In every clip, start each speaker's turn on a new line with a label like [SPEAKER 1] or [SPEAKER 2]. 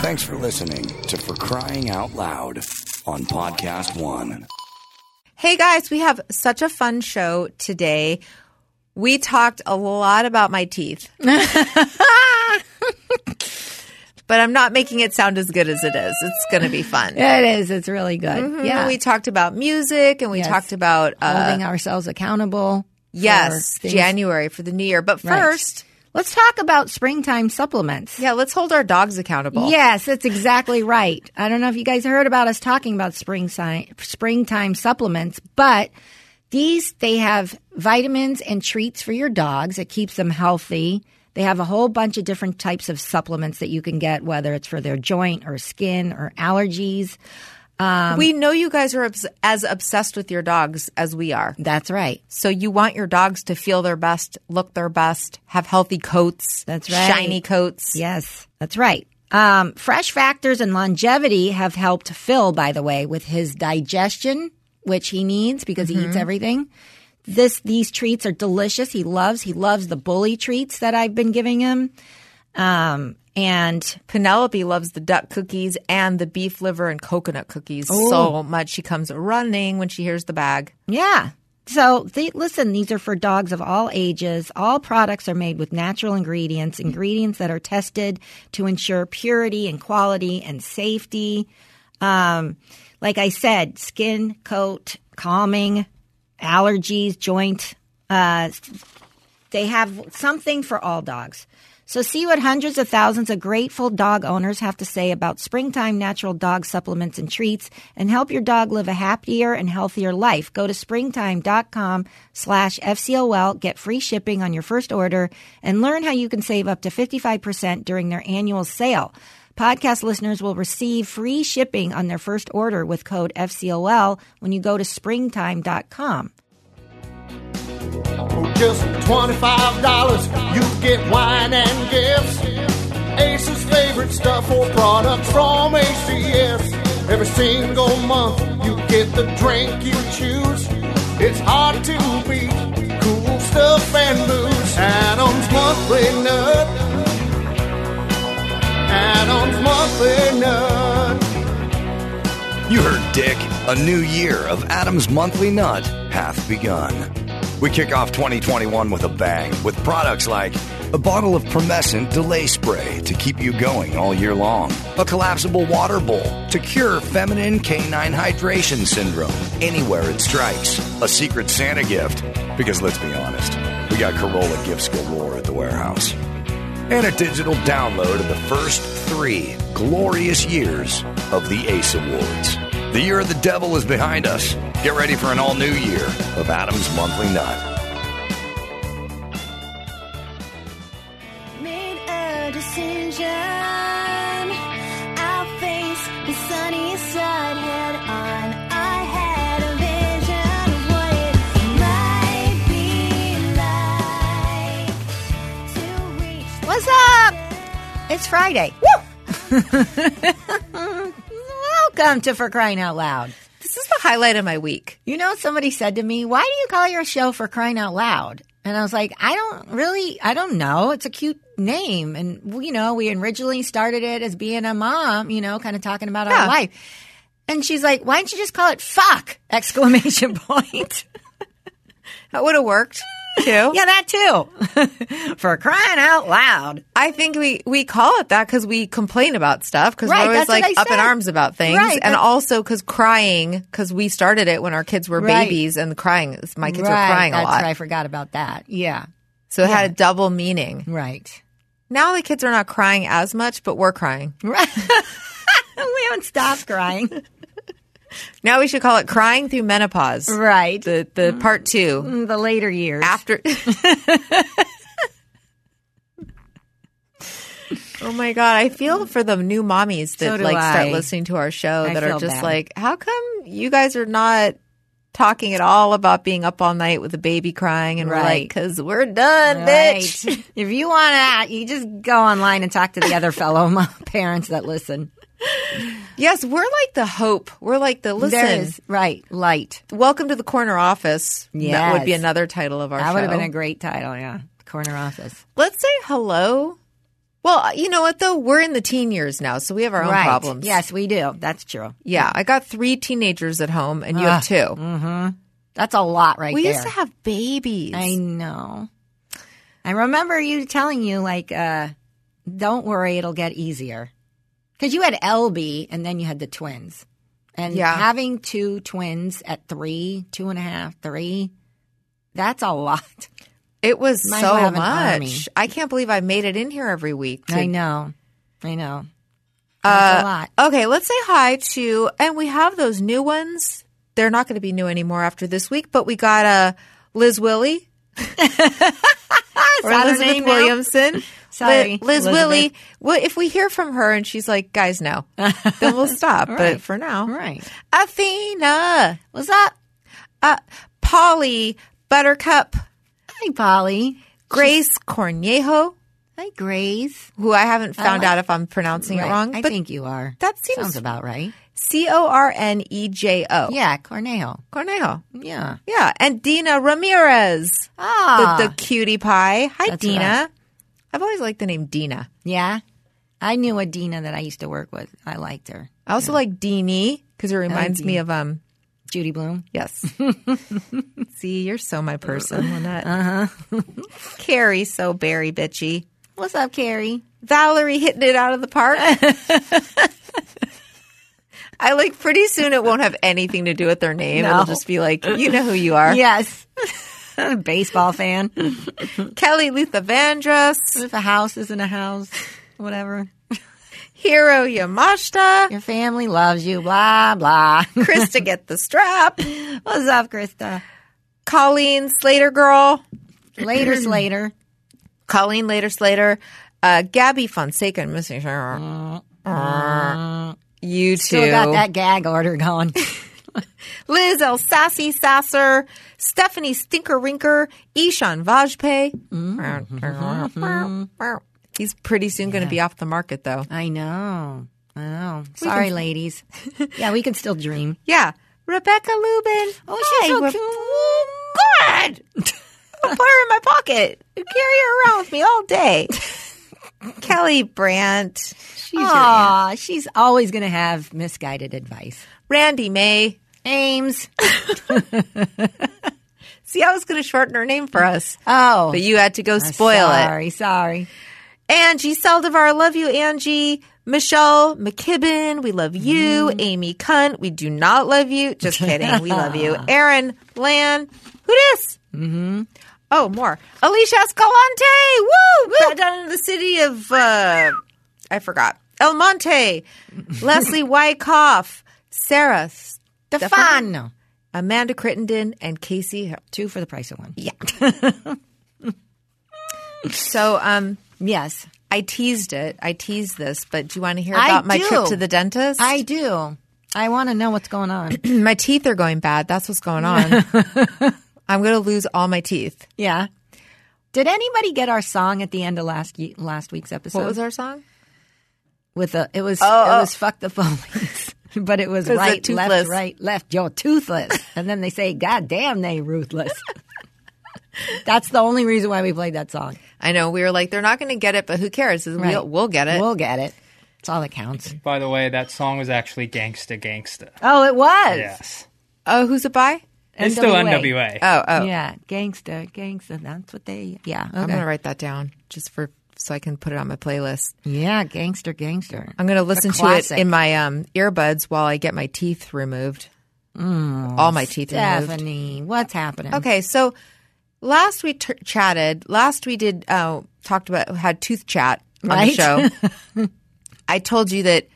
[SPEAKER 1] Thanks for listening to For Crying Out Loud on Podcast One.
[SPEAKER 2] Hey guys, we have such a fun show today. We talked a lot about my teeth. but I'm not making it sound as good as it is. It's going to be fun.
[SPEAKER 3] It is. It's really good. Yeah.
[SPEAKER 2] We talked about music and we
[SPEAKER 3] Yes.
[SPEAKER 2] talked about uh,
[SPEAKER 3] Mm-hmm. holding ourselves accountable. for
[SPEAKER 2] yes,
[SPEAKER 3] things.
[SPEAKER 2] January for the new year. But
[SPEAKER 3] Right.
[SPEAKER 2] first,
[SPEAKER 3] Let's talk about springtime supplements.
[SPEAKER 2] yeah, let's hold our dogs accountable.
[SPEAKER 3] Yes, that's exactly right. I don't know if you guys heard about us talking about spring si- springtime supplements, but these they have vitamins and treats for your dogs. It keeps them healthy. They have a whole bunch of different types of supplements that you can get, whether it's for their joint or skin or allergies.
[SPEAKER 2] Um, we know you guys are obs- as obsessed with your dogs as we are.
[SPEAKER 3] That's right.
[SPEAKER 2] So you want your dogs to feel their best, look their best, have healthy coats.
[SPEAKER 3] That's right.
[SPEAKER 2] Shiny coats.
[SPEAKER 3] Yes, that's right. Um, fresh factors and longevity have helped Phil, by the way, with his digestion, which he needs because he eats everything. This these treats are delicious. He loves. He loves the bully treats that I've been giving him. Um, and
[SPEAKER 2] Penelope loves the duck cookies and the beef liver and coconut cookies so much. She comes running when she hears the bag.
[SPEAKER 3] Yeah. So they, listen, these are for dogs of all ages. All products are made with natural ingredients, ingredients that are tested to ensure purity and quality and safety. Um, like I said, skin, coat, calming, allergies, joint. Uh, they have something for all dogs. So see what hundreds of thousands of grateful dog owners have to say about springtime natural dog supplements and treats and help your dog live a happier and healthier life. Go to springtime.com slash FCOL, get free shipping on your first order, and learn how you can save up to 55% during their annual sale. Podcast listeners will receive free shipping on their first order with code FCOL when you go to springtime.com.
[SPEAKER 4] For just $25, you get wine and gifts. Ace's favorite stuff or products from ACS. Every single month, you get the drink you choose. It's hard to beat cool stuff and booze. Adam's monthly nut. Adam's monthly nut.
[SPEAKER 1] You heard Dick. A new year of Adam's Monthly Nut hath begun. We kick off 2021 with a bang with products like a bottle of Promescent Delay Spray to keep you going all year long, a collapsible water bowl to cure feminine canine hydration syndrome anywhere it strikes, a Secret Santa gift, because let's be honest, we got Corolla gifts galore at the warehouse and a digital download of the first three glorious years of the ACE Awards. The year of the devil is behind us. Get ready for an all new year of Adam's Monthly Nut.
[SPEAKER 5] made a decision. I'll face the sunny side head on. I had a vision of what it might be like to reach. the-
[SPEAKER 3] What's up? It's Friday. Woo! Welcome to For Crying Out Loud.
[SPEAKER 2] This is the highlight of my week.
[SPEAKER 3] You know, somebody said to me, Why do you call your show For Crying Out Loud? And I was like, I don't really, I don't know. It's a cute name. And, you know, we originally started it as being a mom, you know, kind of talking about
[SPEAKER 2] Yeah.
[SPEAKER 3] our life. And she's like, Why don't you just call it Fuck! Exclamation point.
[SPEAKER 2] That would have worked too.
[SPEAKER 3] yeah, that too. For Crying Out Loud.
[SPEAKER 2] I think we, we call it that because we complain about stuff because
[SPEAKER 3] Right,
[SPEAKER 2] we're always
[SPEAKER 3] that's what
[SPEAKER 2] like
[SPEAKER 3] I
[SPEAKER 2] up in
[SPEAKER 3] said.
[SPEAKER 2] arms about things.
[SPEAKER 3] Right,
[SPEAKER 2] and
[SPEAKER 3] that's-
[SPEAKER 2] also because crying, because we started it when our kids were
[SPEAKER 3] Right.
[SPEAKER 2] babies and crying, is- my kids
[SPEAKER 3] Right,
[SPEAKER 2] were crying a
[SPEAKER 3] that's
[SPEAKER 2] lot.
[SPEAKER 3] right. I forgot about that. Yeah.
[SPEAKER 2] So it had a double meaning.
[SPEAKER 3] Right.
[SPEAKER 2] Now the kids are not crying as much, but we're crying.
[SPEAKER 3] Right. we haven't stopped crying.
[SPEAKER 2] Now we should call it crying through menopause.
[SPEAKER 3] Right.
[SPEAKER 2] The, the part two.
[SPEAKER 3] In the later years.
[SPEAKER 2] after. oh my god, I feel for the new mommies that
[SPEAKER 3] So do
[SPEAKER 2] like start
[SPEAKER 3] I.
[SPEAKER 2] listening to our show
[SPEAKER 3] I
[SPEAKER 2] that are
[SPEAKER 3] feel
[SPEAKER 2] just
[SPEAKER 3] bad.
[SPEAKER 2] like, how come you guys are not talking at all about being up all night with a baby crying and we're like,
[SPEAKER 3] Right.
[SPEAKER 2] because we're done, bitch.
[SPEAKER 3] Right. if you want that, you just go online and talk to the other fellow mo- parents that listen.
[SPEAKER 2] Yes, we're like the hope. We're like the listen.
[SPEAKER 3] There is right light.
[SPEAKER 2] Welcome to the corner office. That would be
[SPEAKER 3] Yes.
[SPEAKER 2] another title of our
[SPEAKER 3] That
[SPEAKER 2] show.
[SPEAKER 3] would have been a great title. Yeah, corner office.
[SPEAKER 2] Let's say hello Well, you know what though? We're in the teen years now, so we have our own
[SPEAKER 3] right.
[SPEAKER 2] problems.
[SPEAKER 3] Yes, we do. That's true.
[SPEAKER 2] Yeah. I got three teenagers at home and you have two.
[SPEAKER 3] That's a lot right
[SPEAKER 2] we
[SPEAKER 3] Ah, mm, there.
[SPEAKER 2] used to have babies.
[SPEAKER 3] I know. I remember you telling you like, uh, don't worry, it'll get easier. Because you had LB and then you had the twins, and
[SPEAKER 2] Yeah.
[SPEAKER 3] having two twins at three, two and a half, three, that's a lot.
[SPEAKER 2] it was
[SPEAKER 3] Might as well
[SPEAKER 2] so
[SPEAKER 3] have an army.
[SPEAKER 2] much. I can't believe I made it in here every week. to-
[SPEAKER 3] I know. I know.
[SPEAKER 2] Uh,
[SPEAKER 3] That's a lot.
[SPEAKER 2] Okay, let's say hi to, and we have those new ones. They're not going to be new anymore after this week, but we got uh, Liz Willie. or
[SPEAKER 3] that her
[SPEAKER 2] Elizabeth
[SPEAKER 3] name now?
[SPEAKER 2] Williamson. Li-
[SPEAKER 3] Sorry,
[SPEAKER 2] Liz
[SPEAKER 3] Elizabeth.
[SPEAKER 2] Willie. Well, if we hear from her and she's like, guys, no, then we'll stop. But
[SPEAKER 3] right.
[SPEAKER 2] for now,
[SPEAKER 3] Right.
[SPEAKER 2] Athena,
[SPEAKER 3] What's up?
[SPEAKER 2] uh, Polly, Buttercup,
[SPEAKER 3] Hi, Polly.
[SPEAKER 2] Grace Cornejo,
[SPEAKER 3] Hi, Grace.
[SPEAKER 2] who I haven't found out if I'm pronouncing
[SPEAKER 3] Right.
[SPEAKER 2] it wrong,
[SPEAKER 3] I
[SPEAKER 2] but
[SPEAKER 3] think you are.
[SPEAKER 2] that seems-
[SPEAKER 3] sounds about right.
[SPEAKER 2] C O R N E J O.
[SPEAKER 3] Yeah, Cornejo.
[SPEAKER 2] Cornejo.
[SPEAKER 3] Yeah.
[SPEAKER 2] Yeah, and Dina Ramirez,
[SPEAKER 3] Ah.
[SPEAKER 2] the, the cutie pie. Hi,
[SPEAKER 3] That's
[SPEAKER 2] Dina.
[SPEAKER 3] right.
[SPEAKER 2] I've always liked the name Dina.
[SPEAKER 3] Yeah. I knew a Dina that I used to work with. I liked her.
[SPEAKER 2] I also like Deanie because it reminds me of um.
[SPEAKER 3] Judy Bloom.
[SPEAKER 2] Yes. See, you're so my person, Lynette. Uh
[SPEAKER 3] Uh-huh.
[SPEAKER 2] huh. Carrie, so berry bitchy.
[SPEAKER 3] What's up, Carrie?
[SPEAKER 2] Valerie hitting it out of the park. I like pretty soon it won't have anything to do with their name.
[SPEAKER 3] No.
[SPEAKER 2] It'll just be like, you know who you are.
[SPEAKER 3] Yes. Baseball fan.
[SPEAKER 2] Kelly Luthavandrus,
[SPEAKER 3] if a house isn't a house, whatever.
[SPEAKER 2] Hiro Yamashita,
[SPEAKER 3] Your family loves you, blah, blah.
[SPEAKER 2] Krista Get the Strap.
[SPEAKER 3] What's up, Krista?
[SPEAKER 2] Colleen Slater Girl,
[SPEAKER 3] Later, Slater.
[SPEAKER 2] Colleen Later Slater, uh, Gabby Fonseca, and missing her. you too.
[SPEAKER 3] Mm. Still got that gag order going.
[SPEAKER 2] Liz El Sassy Sasser, Stephanie Stinker Rinker, Ishan Vajpayee. He's pretty soon going to be off the market, though.
[SPEAKER 3] I know. I know. Sorry, ladies. yeah, we can still dream.
[SPEAKER 2] Yeah. Rebecca Lubin.
[SPEAKER 3] Oh,
[SPEAKER 2] Hi,
[SPEAKER 3] she's so
[SPEAKER 2] Re-
[SPEAKER 3] cute.
[SPEAKER 2] God! I'll put her in my pocket and carry her around with me all day. Kelly Brandt. She's your aunt.
[SPEAKER 3] Aw, she's always going to have misguided advice.
[SPEAKER 2] Randy May.
[SPEAKER 3] Ames.
[SPEAKER 2] See, I was going to shorten her name for us,
[SPEAKER 3] Oh.
[SPEAKER 2] but you had to go spoil it.
[SPEAKER 3] Sorry, sorry.
[SPEAKER 2] Angie Saldivar, love you, Angie. Michelle McKibben, we love you. Amy Cunt, we do not love you. Just kidding, we love you. Aaron Lan, who dis? Mm-hmm. Oh, more. Alicia Escalante, woo! Back Down in the city of, uh, I forgot. El Monte, Leslie Wyckoff, Sarah,
[SPEAKER 3] Stefano.
[SPEAKER 2] Amanda Crittenden, and Casey.
[SPEAKER 3] Two for the price of one.
[SPEAKER 2] So, um,
[SPEAKER 3] Yes,
[SPEAKER 2] I teased it. I teased this, but do you want to hear about my
[SPEAKER 3] do.
[SPEAKER 2] trip to the dentist?
[SPEAKER 3] I do. I want to know what's going on.
[SPEAKER 2] my teeth are going bad. That's what's going on. I'm going to lose all my teeth.
[SPEAKER 3] yeah. Did anybody get our song at the end of last ye- last week's episode?
[SPEAKER 2] What was our song?
[SPEAKER 3] With a, it was
[SPEAKER 2] Oh,
[SPEAKER 3] it was fuck the police, but it was
[SPEAKER 2] It was a
[SPEAKER 3] right,
[SPEAKER 2] toothless.
[SPEAKER 3] left, right, left. You're toothless, and then they say, "God damn, they ruthless." That's the only reason why we played that song.
[SPEAKER 2] I know we were like, they're not going to get it, but who cares? We'll, we'll get it.
[SPEAKER 3] We'll get it. It's all that counts.
[SPEAKER 6] By the way, that song was actually Gangsta Gangsta.
[SPEAKER 3] Oh, it was.
[SPEAKER 6] Yes.
[SPEAKER 2] oh, who's it by?
[SPEAKER 6] It's still NWA.
[SPEAKER 2] Oh, oh.
[SPEAKER 3] Yeah, gangster, gangster. That's what they. Yeah, okay.
[SPEAKER 2] I'm going to write that down just for so I can put it on my playlist.
[SPEAKER 3] yeah, gangster, gangster.
[SPEAKER 2] I'm going to listen to it
[SPEAKER 3] classic.
[SPEAKER 2] in my um, earbuds while I get my teeth removed. all my teeth removed.
[SPEAKER 3] Stephanie, what's happening?
[SPEAKER 2] Okay, so last we t- chatted. Last we did uh, talked about had tooth chat on
[SPEAKER 3] Right.
[SPEAKER 2] the show. I told you that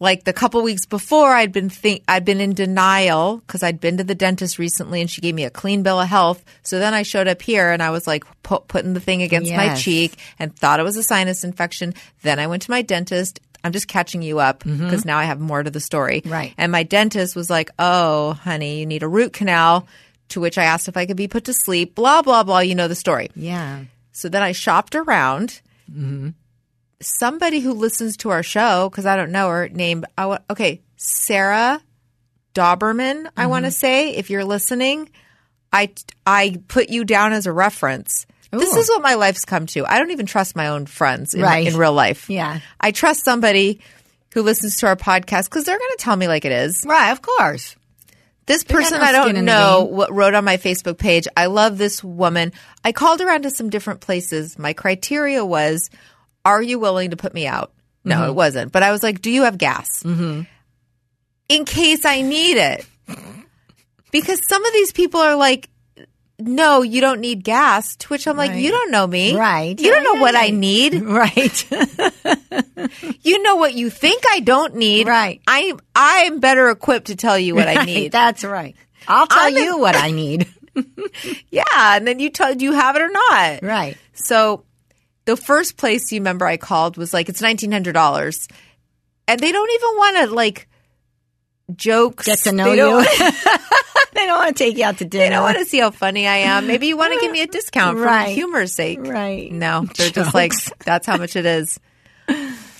[SPEAKER 2] like the couple weeks before, I'd been think I'd been in denial because I'd been to the dentist recently, and she gave me a clean bill of health. So then I showed up here, and I was like pu- putting the thing against my
[SPEAKER 3] Yes.
[SPEAKER 2] cheek and thought it was a sinus infection. Then I went to my dentist. I'm just catching you up because now I have more to the story.
[SPEAKER 3] Right.
[SPEAKER 2] And my dentist was like, "Oh, honey, you need a root canal." To which I asked if I could be put to sleep. Blah blah blah. You know the story.
[SPEAKER 3] Yeah.
[SPEAKER 2] So then I shopped around.
[SPEAKER 3] Mm-hmm.
[SPEAKER 2] Somebody who listens to our show, because I don't know her name, I wa- okay, Sarah Dauberman,
[SPEAKER 3] Mm-hmm.
[SPEAKER 2] I want to say, if you're listening, I, I put you down as a reference This
[SPEAKER 3] Ooh.
[SPEAKER 2] is what my life's come to. I don't even trust my own friends in,
[SPEAKER 3] Right.
[SPEAKER 2] in real life.
[SPEAKER 3] Yeah.
[SPEAKER 2] I trust somebody who listens to our podcast because they're going to tell me like it is.
[SPEAKER 3] Right, of course.
[SPEAKER 2] This
[SPEAKER 3] got
[SPEAKER 2] person
[SPEAKER 3] no
[SPEAKER 2] I
[SPEAKER 3] skin
[SPEAKER 2] don't
[SPEAKER 3] in the
[SPEAKER 2] know
[SPEAKER 3] game.
[SPEAKER 2] what wrote on my Facebook page, I love this woman. I called around to some different places. My criteria was, are you willing to put me out? No,
[SPEAKER 3] Mm-hmm.
[SPEAKER 2] it wasn't. But I was like, do you have gas? Mm-hmm. In case I need it. Because some of these people are like, no, you don't need gas. To which I'm like, you don't know me.
[SPEAKER 3] Right.
[SPEAKER 2] You don't know what I need.
[SPEAKER 3] Right.
[SPEAKER 2] You know what you think I don't need.
[SPEAKER 3] Right.
[SPEAKER 2] I'm, I'm better equipped to tell you what I need.
[SPEAKER 3] That's right. I'll tell
[SPEAKER 2] I'm in-
[SPEAKER 3] you what I need.
[SPEAKER 2] Yeah, and then you tell do you have it or not?
[SPEAKER 3] Right.
[SPEAKER 2] So the first place you remember I called was like it's nineteen hundred dollars, and they don't even want to like jokes.
[SPEAKER 3] Get to know
[SPEAKER 2] they don't-
[SPEAKER 3] you. they don't want to take you out to dinner.
[SPEAKER 2] They don't want to see how funny I am. Maybe you want to give me a discount for
[SPEAKER 3] Right.
[SPEAKER 2] humor's sake.
[SPEAKER 3] Right.
[SPEAKER 2] No, they're just like, that's how much it is.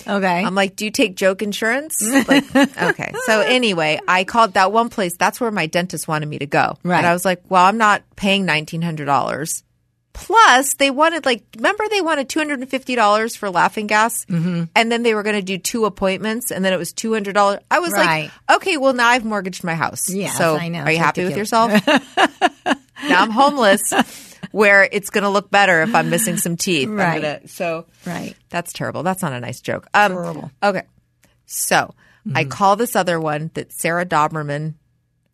[SPEAKER 3] Okay.
[SPEAKER 2] I'm like, do you take joke insurance? Like, okay. So anyway, I called that one place. That's where my dentist wanted me to go.
[SPEAKER 3] Right.
[SPEAKER 2] And I was like, well, I'm not paying nineteen hundred dollars. Plus, they wanted like remember they wanted two hundred and fifty dollars for laughing gas, mm-hmm. and then they were going to do two appointments, and then it was two hundred dollars. I was
[SPEAKER 3] Right.
[SPEAKER 2] like, okay, well now I've mortgaged my house.
[SPEAKER 3] Yes,
[SPEAKER 2] so
[SPEAKER 3] I know.
[SPEAKER 2] are you
[SPEAKER 3] It's
[SPEAKER 2] happy with yourself?
[SPEAKER 3] ridiculous.
[SPEAKER 2] now I'm homeless, where it's going to look better if I'm missing some teeth. I'm
[SPEAKER 3] Right.
[SPEAKER 2] gonna- so
[SPEAKER 3] right.
[SPEAKER 2] that's terrible. That's not a nice joke. Um,
[SPEAKER 3] Terrible. Mm-hmm.
[SPEAKER 2] Okay. So I call this other one that Sarah Doberman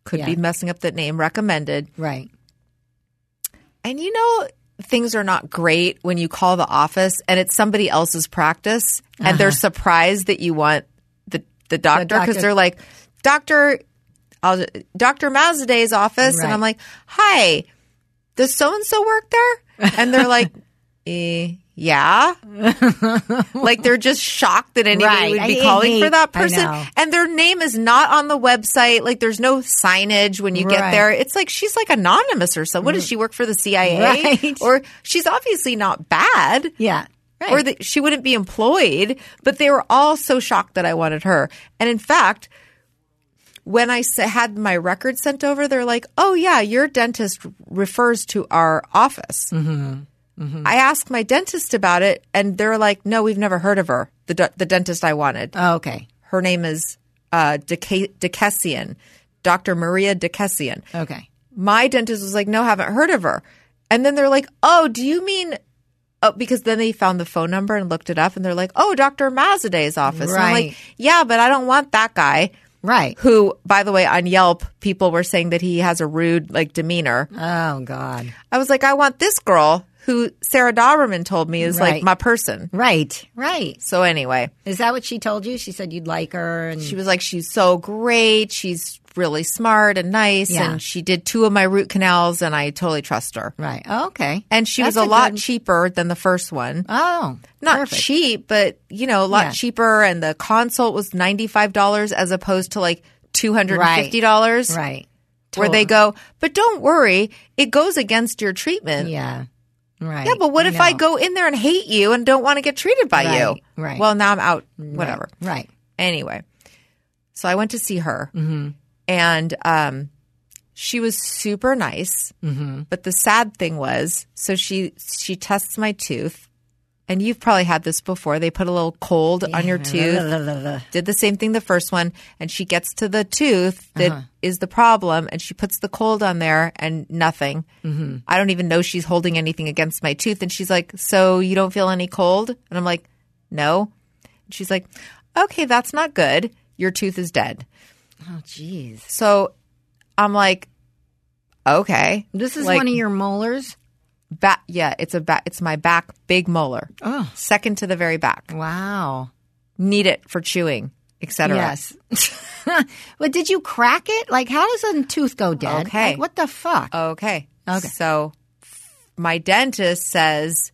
[SPEAKER 2] could be
[SPEAKER 3] Yeah.
[SPEAKER 2] messing up that name recommended.
[SPEAKER 3] Right.
[SPEAKER 2] And you know, things are not great when you call the office and it's somebody else's practice and they're surprised that you want the, the doctor because
[SPEAKER 3] Uh-huh. doctor-
[SPEAKER 2] they're like, Doctor, I'll, Dr. Mazaday's office. And
[SPEAKER 3] Right.
[SPEAKER 2] I'm like, hi, does so and so work there? And they're like, eh, yeah. like they're just shocked that anybody
[SPEAKER 3] Right.
[SPEAKER 2] would be
[SPEAKER 3] I
[SPEAKER 2] calling
[SPEAKER 3] hate-
[SPEAKER 2] for that
[SPEAKER 3] I
[SPEAKER 2] person.
[SPEAKER 3] know.
[SPEAKER 2] And their name is not on the website. Like there's no signage when you get
[SPEAKER 3] Right. Mm.
[SPEAKER 2] there. It's like she's like anonymous or something. What does she work for the CIA?
[SPEAKER 3] Right.
[SPEAKER 2] Or she's obviously not bad.
[SPEAKER 3] Yeah. Right.
[SPEAKER 2] Or that she wouldn't be employed, but they were all so shocked that I wanted her. And in fact, when I s- had my record sent over, they're like, "Oh yeah, your dentist refers to our office."
[SPEAKER 3] Mm-hmm.
[SPEAKER 2] I asked my dentist about it, and they're like, "No, we've never heard of her. The d- the dentist I wanted.
[SPEAKER 3] Oh, okay.
[SPEAKER 2] Her name is uh, Deca- Decessian, Dr. Maria Decessian."
[SPEAKER 3] Okay.
[SPEAKER 2] my dentist was like, no, haven't heard of her. And then they're like, oh, do you mean? Oh, because then they found the phone number and looked it up, and they're like, oh, Dr. Mazaday's office. And I'm like,
[SPEAKER 3] Right.
[SPEAKER 2] yeah, but I don't want that guy.
[SPEAKER 3] Right.
[SPEAKER 2] Who, by the way, on Yelp, people were saying that he has a rude like demeanor.
[SPEAKER 3] Oh God.
[SPEAKER 2] I was like, I want this girl who Sarah Dauberman told me is like
[SPEAKER 3] Right.
[SPEAKER 2] my person.
[SPEAKER 3] Right. Right.
[SPEAKER 2] So anyway,
[SPEAKER 3] Is that what she told you? She said you'd like her and
[SPEAKER 2] she was like, she's so great. She's really smart and nice,
[SPEAKER 3] Yeah.
[SPEAKER 2] and she did two of my root canals, and I totally trust her.
[SPEAKER 3] Right. Oh, okay.
[SPEAKER 2] And she
[SPEAKER 3] That's
[SPEAKER 2] was a, lot
[SPEAKER 3] good-
[SPEAKER 2] cheaper than the first one.
[SPEAKER 3] Oh.
[SPEAKER 2] Not
[SPEAKER 3] perfect.
[SPEAKER 2] cheap, but you know, a lot
[SPEAKER 3] Yeah.
[SPEAKER 2] cheaper. And the consult was ninety five dollars as opposed to like two hundred and fifty dollars.
[SPEAKER 3] Right.
[SPEAKER 2] Where they go, but don't worry, it goes against your treatment.
[SPEAKER 3] Yeah. Right.
[SPEAKER 2] Yeah, but what if I
[SPEAKER 3] know.
[SPEAKER 2] go in there and hate you and don't want to get treated by you?
[SPEAKER 3] Right, right.
[SPEAKER 2] Well, now I'm out. Whatever.
[SPEAKER 3] Right.
[SPEAKER 2] Anyway, so I went to see her, and um, she was super nice. Mm-hmm. But the sad thing was, so she she tests my tooth, and you've probably had this before. They put a little cold on your tooth. Did the same thing the first one, and she gets to the tooth that is
[SPEAKER 3] Uh-huh.
[SPEAKER 2] the problem, and she puts the cold on there, and nothing. Mm-hmm. I don't even know she's holding anything against my tooth, and she's like, "So you don't feel any cold?" And I'm like, "No." And she's like, okay, that's not good. Your tooth is dead.
[SPEAKER 3] Oh, jeez.
[SPEAKER 2] So I'm like, okay.
[SPEAKER 3] This is
[SPEAKER 2] Like,
[SPEAKER 3] one of your molars.
[SPEAKER 2] back. Yeah, it's a back. It's my back big molar,
[SPEAKER 3] Oh.
[SPEAKER 2] second to the very back.
[SPEAKER 3] Wow.
[SPEAKER 2] Need it for chewing, etc.
[SPEAKER 3] Yes. but did you crack it? Like, how does a tooth go dead?
[SPEAKER 2] Okay. Uh,
[SPEAKER 3] Like, what the fuck?
[SPEAKER 2] Okay.
[SPEAKER 3] Okay.
[SPEAKER 2] So my dentist says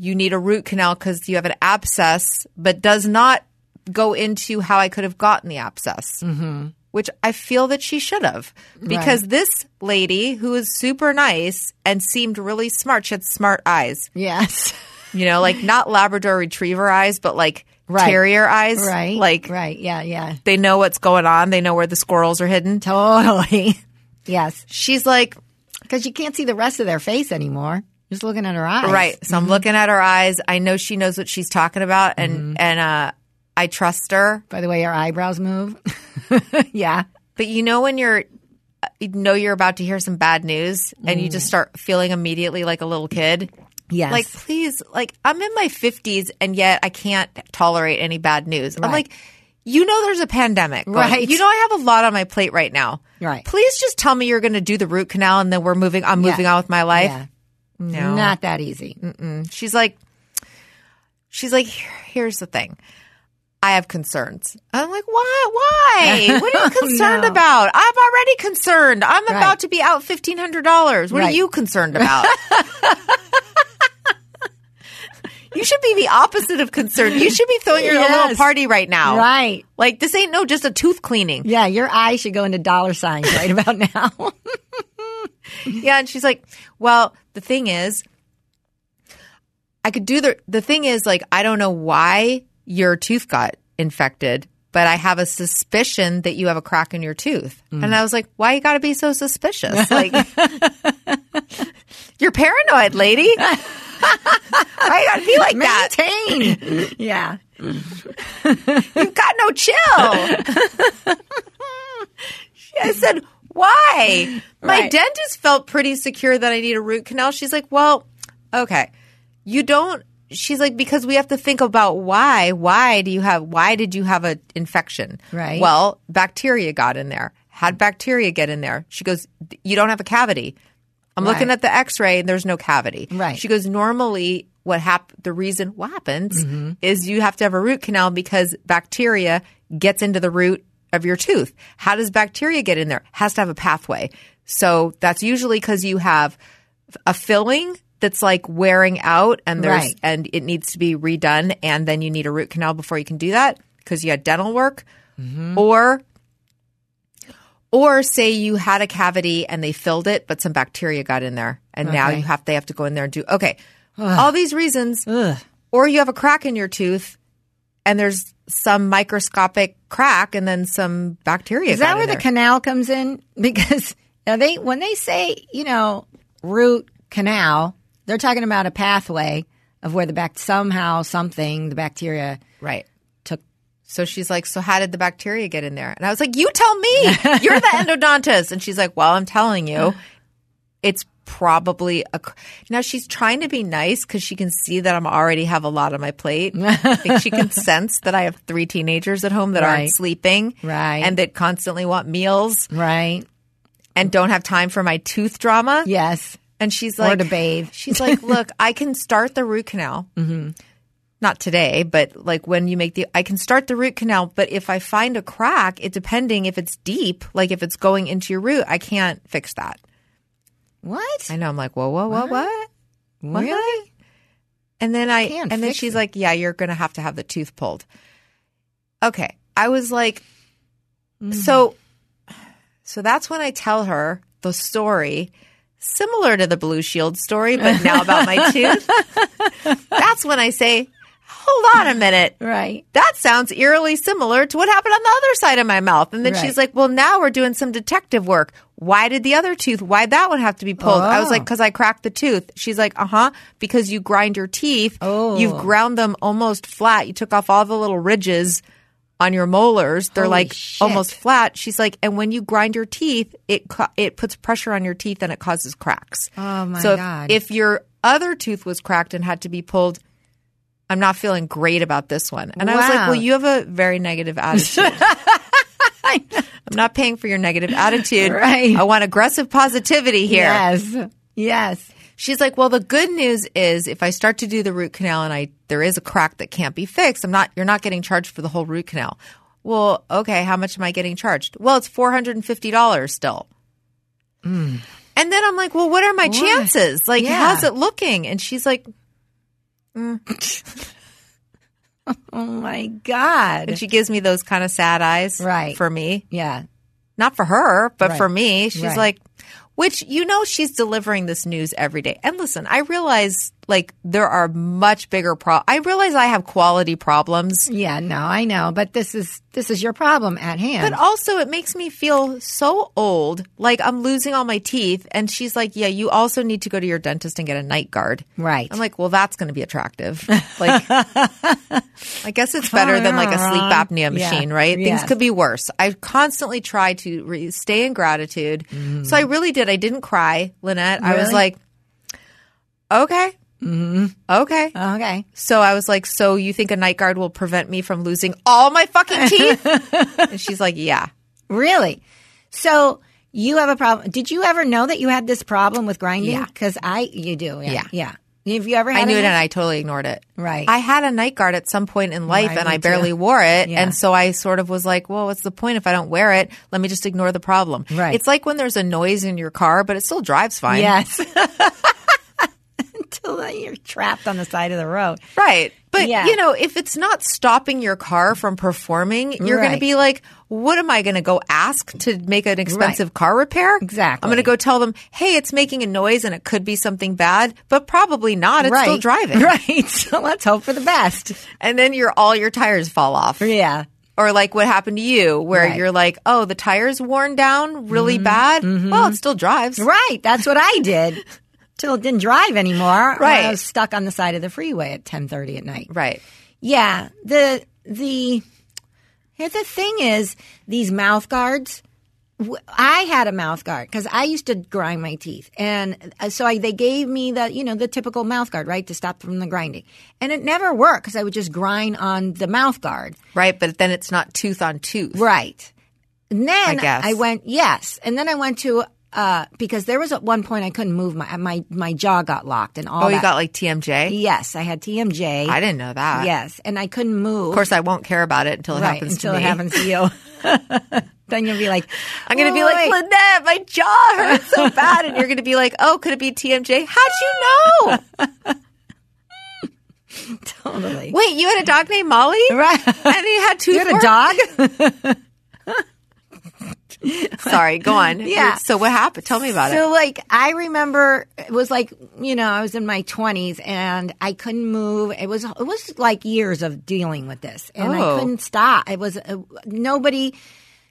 [SPEAKER 2] you need a root canal because you have an abscess, but does not go into how I could have gotten the abscess, mm-hmm. which I feel that she should have because this lady who is super nice and seemed really smart, she had smart eyes,
[SPEAKER 3] Yes.
[SPEAKER 2] you know, like not Labrador Retriever eyes, but like
[SPEAKER 3] Right.
[SPEAKER 2] terrier eyes.
[SPEAKER 3] right.
[SPEAKER 2] Like
[SPEAKER 3] Right. Yeah. Yeah.
[SPEAKER 2] they know what's going on, they know where the squirrels are hidden.
[SPEAKER 3] Totally. yes.
[SPEAKER 2] She's like,
[SPEAKER 3] Because you can't see the rest of their face anymore. Just looking at her eyes.
[SPEAKER 2] Right. So
[SPEAKER 3] Mm-hmm.
[SPEAKER 2] I'm looking at her eyes. I know she knows what she's talking about,
[SPEAKER 3] Mm-hmm.
[SPEAKER 2] and and uh, I trust her.
[SPEAKER 3] By the way, her eyebrows move. yeah.
[SPEAKER 2] But you know when you're uh, you know you're about to hear some bad news, and you just start feeling immediately like a little kid.
[SPEAKER 3] Mm. Yes.
[SPEAKER 2] Like, please, like I'm in my 50s, and yet I can't tolerate any bad news. I'm
[SPEAKER 3] Right.
[SPEAKER 2] like. You know there's a pandemic. going-
[SPEAKER 3] Right.
[SPEAKER 2] You know I have a lot on my plate right now.
[SPEAKER 3] Right.
[SPEAKER 2] Please just tell me you're going to do the root canal and then we're moving I'm
[SPEAKER 3] Yeah.
[SPEAKER 2] moving on with my life.
[SPEAKER 3] Yeah.
[SPEAKER 2] No.
[SPEAKER 3] Not that easy.
[SPEAKER 2] She's like, she's like, "Here- here's the thing. I have concerns. I'm like, why? Why? What are you concerned
[SPEAKER 3] Oh, No.
[SPEAKER 2] about? I'm already concerned. I'm
[SPEAKER 3] Right.
[SPEAKER 2] about to be out fifteen hundred dollars. What are
[SPEAKER 3] Right.
[SPEAKER 2] you concerned about? you should be the opposite of concerned. You should be throwing your little
[SPEAKER 3] Yes.
[SPEAKER 2] party right now.
[SPEAKER 3] Right.
[SPEAKER 2] Like this ain't no just a tooth cleaning.
[SPEAKER 3] Yeah, your eyes should go into dollar signs right about now.
[SPEAKER 2] Yeah, and she's like, "Well, the thing is, I could do the the thing is like I don't know why your tooth got infected, but I have a suspicion that you have a crack in your tooth." And I was like, "Why you got to be so suspicious? Like You're paranoid, lady. Why you got to be like that?
[SPEAKER 3] Maintain. yeah.
[SPEAKER 2] You've got no chill." I said, "Why?" My
[SPEAKER 3] Right.
[SPEAKER 2] dentist felt pretty secure that I need a root canal. She's like, "Well, okay, you don't." She's like, "Because we have to think about why. Why do you have? Why did you have an infection?
[SPEAKER 3] Right.
[SPEAKER 2] Well, bacteria got in there. Had bacteria get in there?" She goes, "You don't have a cavity." I'm looking
[SPEAKER 3] Right.
[SPEAKER 2] at the X-ray and there's no cavity.
[SPEAKER 3] Right.
[SPEAKER 2] She goes, normally what hap- the reason what happens
[SPEAKER 3] Mm-hmm.
[SPEAKER 2] is you have to have a root canal because bacteria gets into the root of your tooth. How does bacteria get in there? Has to have a pathway. So that's usually because you have a filling that's like wearing out and there's
[SPEAKER 3] Right.
[SPEAKER 2] and it needs to be redone and then you need a root canal before you can do that because you had dental work
[SPEAKER 3] Mm-hmm.
[SPEAKER 2] or or say you had a cavity and they filled it but some bacteria got in there and now
[SPEAKER 3] Okay.
[SPEAKER 2] you have they have to go in there and do okay all these reasons
[SPEAKER 3] Ugh.
[SPEAKER 2] or you have a crack in your tooth and there's some microscopic crack and then some bacteria
[SPEAKER 3] Is that
[SPEAKER 2] got
[SPEAKER 3] where
[SPEAKER 2] in
[SPEAKER 3] the
[SPEAKER 2] there.
[SPEAKER 3] canal comes in? Because now they when they say, you know, root canal, they're talking about a pathway of where the back somehow something the bacteria
[SPEAKER 2] right
[SPEAKER 3] took
[SPEAKER 2] so she's like so how did the bacteria get in there and i was like you tell me you're the endodontist and she's like well i'm telling you it's probably a cr- now she's trying to be nice because she can see that i'm already have a lot on my plate i think she can sense that i have three teenagers at home that
[SPEAKER 3] Right.
[SPEAKER 2] aren't sleeping
[SPEAKER 3] Right.
[SPEAKER 2] and that constantly want meals
[SPEAKER 3] right.
[SPEAKER 2] and don't have time for my tooth drama
[SPEAKER 3] Yes.
[SPEAKER 2] and she's
[SPEAKER 3] Or
[SPEAKER 2] like
[SPEAKER 3] to bathe.
[SPEAKER 2] she's like look i can start the root canal mm-hmm. not today but like when you make the i can start the root canal but if i find a crack it depending if it's deep like if it's going into your root i can't fix that
[SPEAKER 3] What?
[SPEAKER 2] I know. I'm like, whoa, whoa, whoa, what? What?
[SPEAKER 3] Really?
[SPEAKER 2] And then I,
[SPEAKER 3] Can't
[SPEAKER 2] and then
[SPEAKER 3] fix
[SPEAKER 2] she's
[SPEAKER 3] it.
[SPEAKER 2] like, yeah, you're going to have to have the tooth pulled. Okay. I was like,
[SPEAKER 3] Mm.
[SPEAKER 2] so, so that's when I tell her the story, similar to the Blue Shield story, but now about my tooth. that's when I say, hold on a minute
[SPEAKER 3] Right.
[SPEAKER 2] that sounds eerily similar to what happened on the other side of my mouth. And then
[SPEAKER 3] Right.
[SPEAKER 2] she's like, well, now we're doing some detective work. Why did the other tooth, why that one have to be pulled? I was
[SPEAKER 3] Oh.
[SPEAKER 2] like, because I cracked the tooth. She's like, uh huh, because you grind your teeth.
[SPEAKER 3] Oh.
[SPEAKER 2] You've ground them almost flat. You took off all the little ridges on your molars. They're
[SPEAKER 3] Holy
[SPEAKER 2] like
[SPEAKER 3] shit.
[SPEAKER 2] almost flat. She's like, and when you grind your teeth, it ca- it puts pressure on your teeth and it causes cracks.
[SPEAKER 3] Oh, my
[SPEAKER 2] so if-
[SPEAKER 3] God.
[SPEAKER 2] if your other tooth was cracked and had to be pulled, I'm not feeling great about this one. And I was like,
[SPEAKER 3] Wow.
[SPEAKER 2] well, you have a very negative attitude. I'm not paying for your negative attitude.
[SPEAKER 3] Right.
[SPEAKER 2] I want aggressive positivity here.
[SPEAKER 3] Yes. Yes.
[SPEAKER 2] She's like, well, the good news is if I start to do the root canal and I there is a crack that can't be fixed, I'm not you're not getting charged for the whole root canal. Well, okay, how much am I getting charged? Well, it's four hundred and fifty dollars still. And then I'm like, well, what are my chances? Like,
[SPEAKER 3] Hmm. Yeah.
[SPEAKER 2] how's it looking? And she's like,
[SPEAKER 3] Oh my god.
[SPEAKER 2] and she gives me those kind of sad eyes
[SPEAKER 3] Right.
[SPEAKER 2] for me.
[SPEAKER 3] yeah.
[SPEAKER 2] Not for her, but
[SPEAKER 3] Right.
[SPEAKER 2] for me. She's
[SPEAKER 3] Right.
[SPEAKER 2] like, Which you know she's delivering this news every day. And listen, I realize like there are much bigger pro I realize I have quality problems.
[SPEAKER 3] Yeah, no, I know, but this is this is your problem at hand.
[SPEAKER 2] But also, it makes me feel so old, like I'm losing all my teeth. And she's like, Yeah, you also need to go to your dentist and get a night guard.
[SPEAKER 3] Right.
[SPEAKER 2] I'm like, Well, that's going to be attractive. Like, I guess it's better than like a sleep apnea
[SPEAKER 3] Yeah.
[SPEAKER 2] machine, right? Things
[SPEAKER 3] Yes.
[SPEAKER 2] could be worse. I constantly try to re- stay in gratitude. So I really did. I didn't cry, Lynette. I was
[SPEAKER 3] Mm. Really?
[SPEAKER 2] like, Okay. Mm-hmm. Okay.
[SPEAKER 3] okay.
[SPEAKER 2] So I was like, So you think a night guard will prevent me from losing all my fucking teeth? and she's like, Yeah.
[SPEAKER 3] Really? So you have a problem. Did you ever know that you had this problem with grinding?
[SPEAKER 2] Yeah.
[SPEAKER 3] Because I, you do. Yeah.
[SPEAKER 2] Yeah.
[SPEAKER 3] Yeah. Have you ever had
[SPEAKER 2] I knew it
[SPEAKER 3] any-
[SPEAKER 2] and I totally ignored it.
[SPEAKER 3] Right.
[SPEAKER 2] I had a night guard at some point in life
[SPEAKER 3] Right,
[SPEAKER 2] and
[SPEAKER 3] me
[SPEAKER 2] I barely
[SPEAKER 3] too.
[SPEAKER 2] wore it.
[SPEAKER 3] Yeah.
[SPEAKER 2] And so I sort of was like, well, what's the point if I don't wear it? Let me just ignore the problem.
[SPEAKER 3] Right.
[SPEAKER 2] It's like when there's a noise in your car, but it still drives fine.
[SPEAKER 3] Yes. Until then you're trapped on the side of the road.
[SPEAKER 2] Right. But
[SPEAKER 3] Yeah.
[SPEAKER 2] you know, if it's not stopping your car from performing, you're going
[SPEAKER 3] Right.
[SPEAKER 2] to be like, what am I going to go ask to make an expensive car repair?
[SPEAKER 3] Exactly.
[SPEAKER 2] I'm going to go tell them, hey, it's making a noise and it could be something bad, but probably not. It's
[SPEAKER 3] right.
[SPEAKER 2] still driving.
[SPEAKER 3] Right. So let's hope for the best.
[SPEAKER 2] And then your all your tires fall off.
[SPEAKER 3] Yeah.
[SPEAKER 2] or like what happened to you where
[SPEAKER 3] Right. Mm-hmm.
[SPEAKER 2] you're like oh the tires worn down really bad well it still drives
[SPEAKER 3] Right. That's what I did. Till it didn't drive anymore. when
[SPEAKER 2] Right.
[SPEAKER 3] I was stuck on the side of the freeway at 10:30 at night.
[SPEAKER 2] right
[SPEAKER 3] Yeah, the the here the thing is these mouth guards. w- I had a mouth guard because I used to grind my teeth, and uh, so I, they gave me the you know the typical mouth guard right to stop from the grinding, and it never worked because I would just grind on the mouth guard.
[SPEAKER 2] right but then it's not tooth on tooth
[SPEAKER 3] Right. And then
[SPEAKER 2] I guess.
[SPEAKER 3] I, went yes, and then I went to uh, because there was at one point I couldn't move my my my jaw got locked and all.
[SPEAKER 2] oh you
[SPEAKER 3] that.
[SPEAKER 2] got like tmj
[SPEAKER 3] yes, I had TMJ.
[SPEAKER 2] i didn't know that
[SPEAKER 3] Yes, and I couldn't move.
[SPEAKER 2] of course i won't care about it until it
[SPEAKER 3] right,
[SPEAKER 2] happens
[SPEAKER 3] until
[SPEAKER 2] to me
[SPEAKER 3] it happens to you. then you'll be like,
[SPEAKER 2] i'm gonna be like
[SPEAKER 3] "Wait."
[SPEAKER 2] lynette my jaw hurts so bad and you're gonna be like oh could it be tmj how'd you know
[SPEAKER 3] totally.
[SPEAKER 2] wait you had a dog named molly
[SPEAKER 3] Right.
[SPEAKER 2] and he had tooth
[SPEAKER 3] You had a
[SPEAKER 2] work?
[SPEAKER 3] dog?
[SPEAKER 2] sorry go on
[SPEAKER 3] Yeah.
[SPEAKER 2] so what happened tell me about
[SPEAKER 3] So, like, I remember it was like, you know, I was in my 20s and I couldn't move. It was, it was like years of dealing with this and
[SPEAKER 2] Oh.
[SPEAKER 3] I couldn't stop. It was uh, nobody,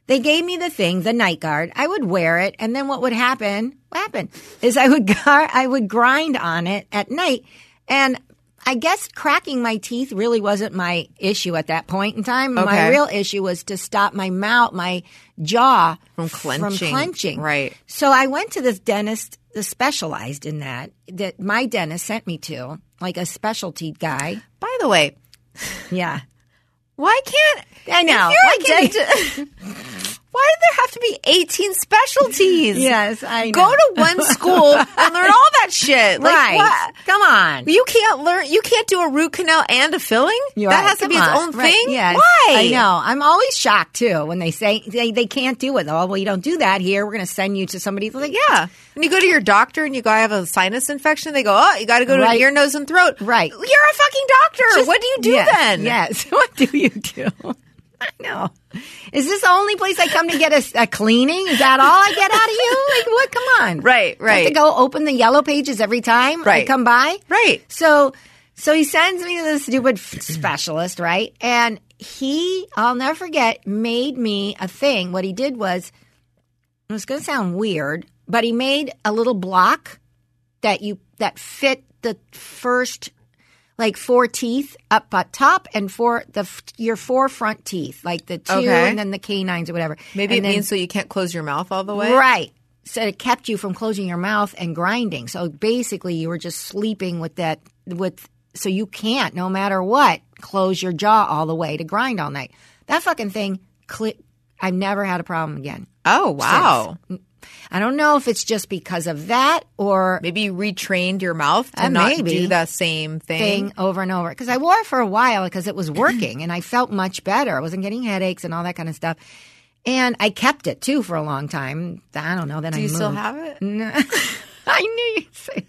[SPEAKER 3] they gave me the thing, the night guard. I would wear it. And then what would happen, what happened is I would, gar- I would grind on it at night. And I guess cracking my teeth really wasn't my issue at that point in time. My
[SPEAKER 2] Okay.
[SPEAKER 3] real issue was to stop my mouth, my jaw
[SPEAKER 2] From clenching.
[SPEAKER 3] clenching.
[SPEAKER 2] Right.
[SPEAKER 3] So I went to this dentist that specialized in that, that my dentist sent me to, like a specialty guy.
[SPEAKER 2] it by the way
[SPEAKER 3] Yeah.
[SPEAKER 2] why can't
[SPEAKER 3] I know.
[SPEAKER 2] If you're
[SPEAKER 3] Why
[SPEAKER 2] a dentist, why did there have to be 18 specialties?
[SPEAKER 3] Yes, I
[SPEAKER 2] Go
[SPEAKER 3] know.
[SPEAKER 2] to one school and learn all that shit. Like,
[SPEAKER 3] right.
[SPEAKER 2] what?
[SPEAKER 3] Come on.
[SPEAKER 2] You can't learn. You can't do a root canal and a filling.
[SPEAKER 3] You're
[SPEAKER 2] that
[SPEAKER 3] right.
[SPEAKER 2] has to
[SPEAKER 3] Come
[SPEAKER 2] be its
[SPEAKER 3] on.
[SPEAKER 2] own
[SPEAKER 3] Right.
[SPEAKER 2] thing.
[SPEAKER 3] Yes.
[SPEAKER 2] Why?
[SPEAKER 3] I know. I'm always shocked too when they say they, they can't do it. Oh, well, you don't do that here. We're going to send you to somebody. It's Like,
[SPEAKER 2] Yeah. When you go to your doctor and you go, I have a sinus infection, they go, oh, you got to go to
[SPEAKER 3] Right.
[SPEAKER 2] ear, nose, and throat.
[SPEAKER 3] Right.
[SPEAKER 2] You're a fucking doctor.
[SPEAKER 3] Just-
[SPEAKER 2] what do you do
[SPEAKER 3] yes,
[SPEAKER 2] then?
[SPEAKER 3] Yes. What do you do? I know. Is this the only place I come to get a, a cleaning? Is that all I get out of you? Like, what? Come on.
[SPEAKER 2] Right,
[SPEAKER 3] Do I have to
[SPEAKER 2] right.
[SPEAKER 3] go open the yellow pages every time I
[SPEAKER 2] Right.
[SPEAKER 3] come by?
[SPEAKER 2] Right.
[SPEAKER 3] So, so he sends me to this stupid f- specialist, right? And he, I'll never forget, made me a thing. What he did was, it was going to sound weird, but he made a little block that you that fit the first like four teeth up at top and four the f- your four front teeth, like the two
[SPEAKER 2] Okay.
[SPEAKER 3] and then the canines or whatever.
[SPEAKER 2] Maybe
[SPEAKER 3] And
[SPEAKER 2] it
[SPEAKER 3] then-
[SPEAKER 2] means so you can't close your mouth all the way.
[SPEAKER 3] Right. So it kept you from closing your mouth and grinding. So basically, you were just sleeping with that. With so you can't, no matter what, close your jaw all the way to grind all night. That fucking thing. Cli- I've never had a problem again.
[SPEAKER 2] Oh, wow.
[SPEAKER 3] I don't know if it's just because of that or
[SPEAKER 2] Maybe you retrained your mouth to
[SPEAKER 3] Uh,
[SPEAKER 2] not
[SPEAKER 3] maybe.
[SPEAKER 2] do that same thing.
[SPEAKER 3] thing over and over because I wore it for a while because it was working and I felt much better. I wasn't getting headaches and all that kind of stuff. And I kept it too for a long time. I don't know. Then I Mm.
[SPEAKER 2] Do you
[SPEAKER 3] moved.
[SPEAKER 2] still have it?
[SPEAKER 3] No. I knew you'd say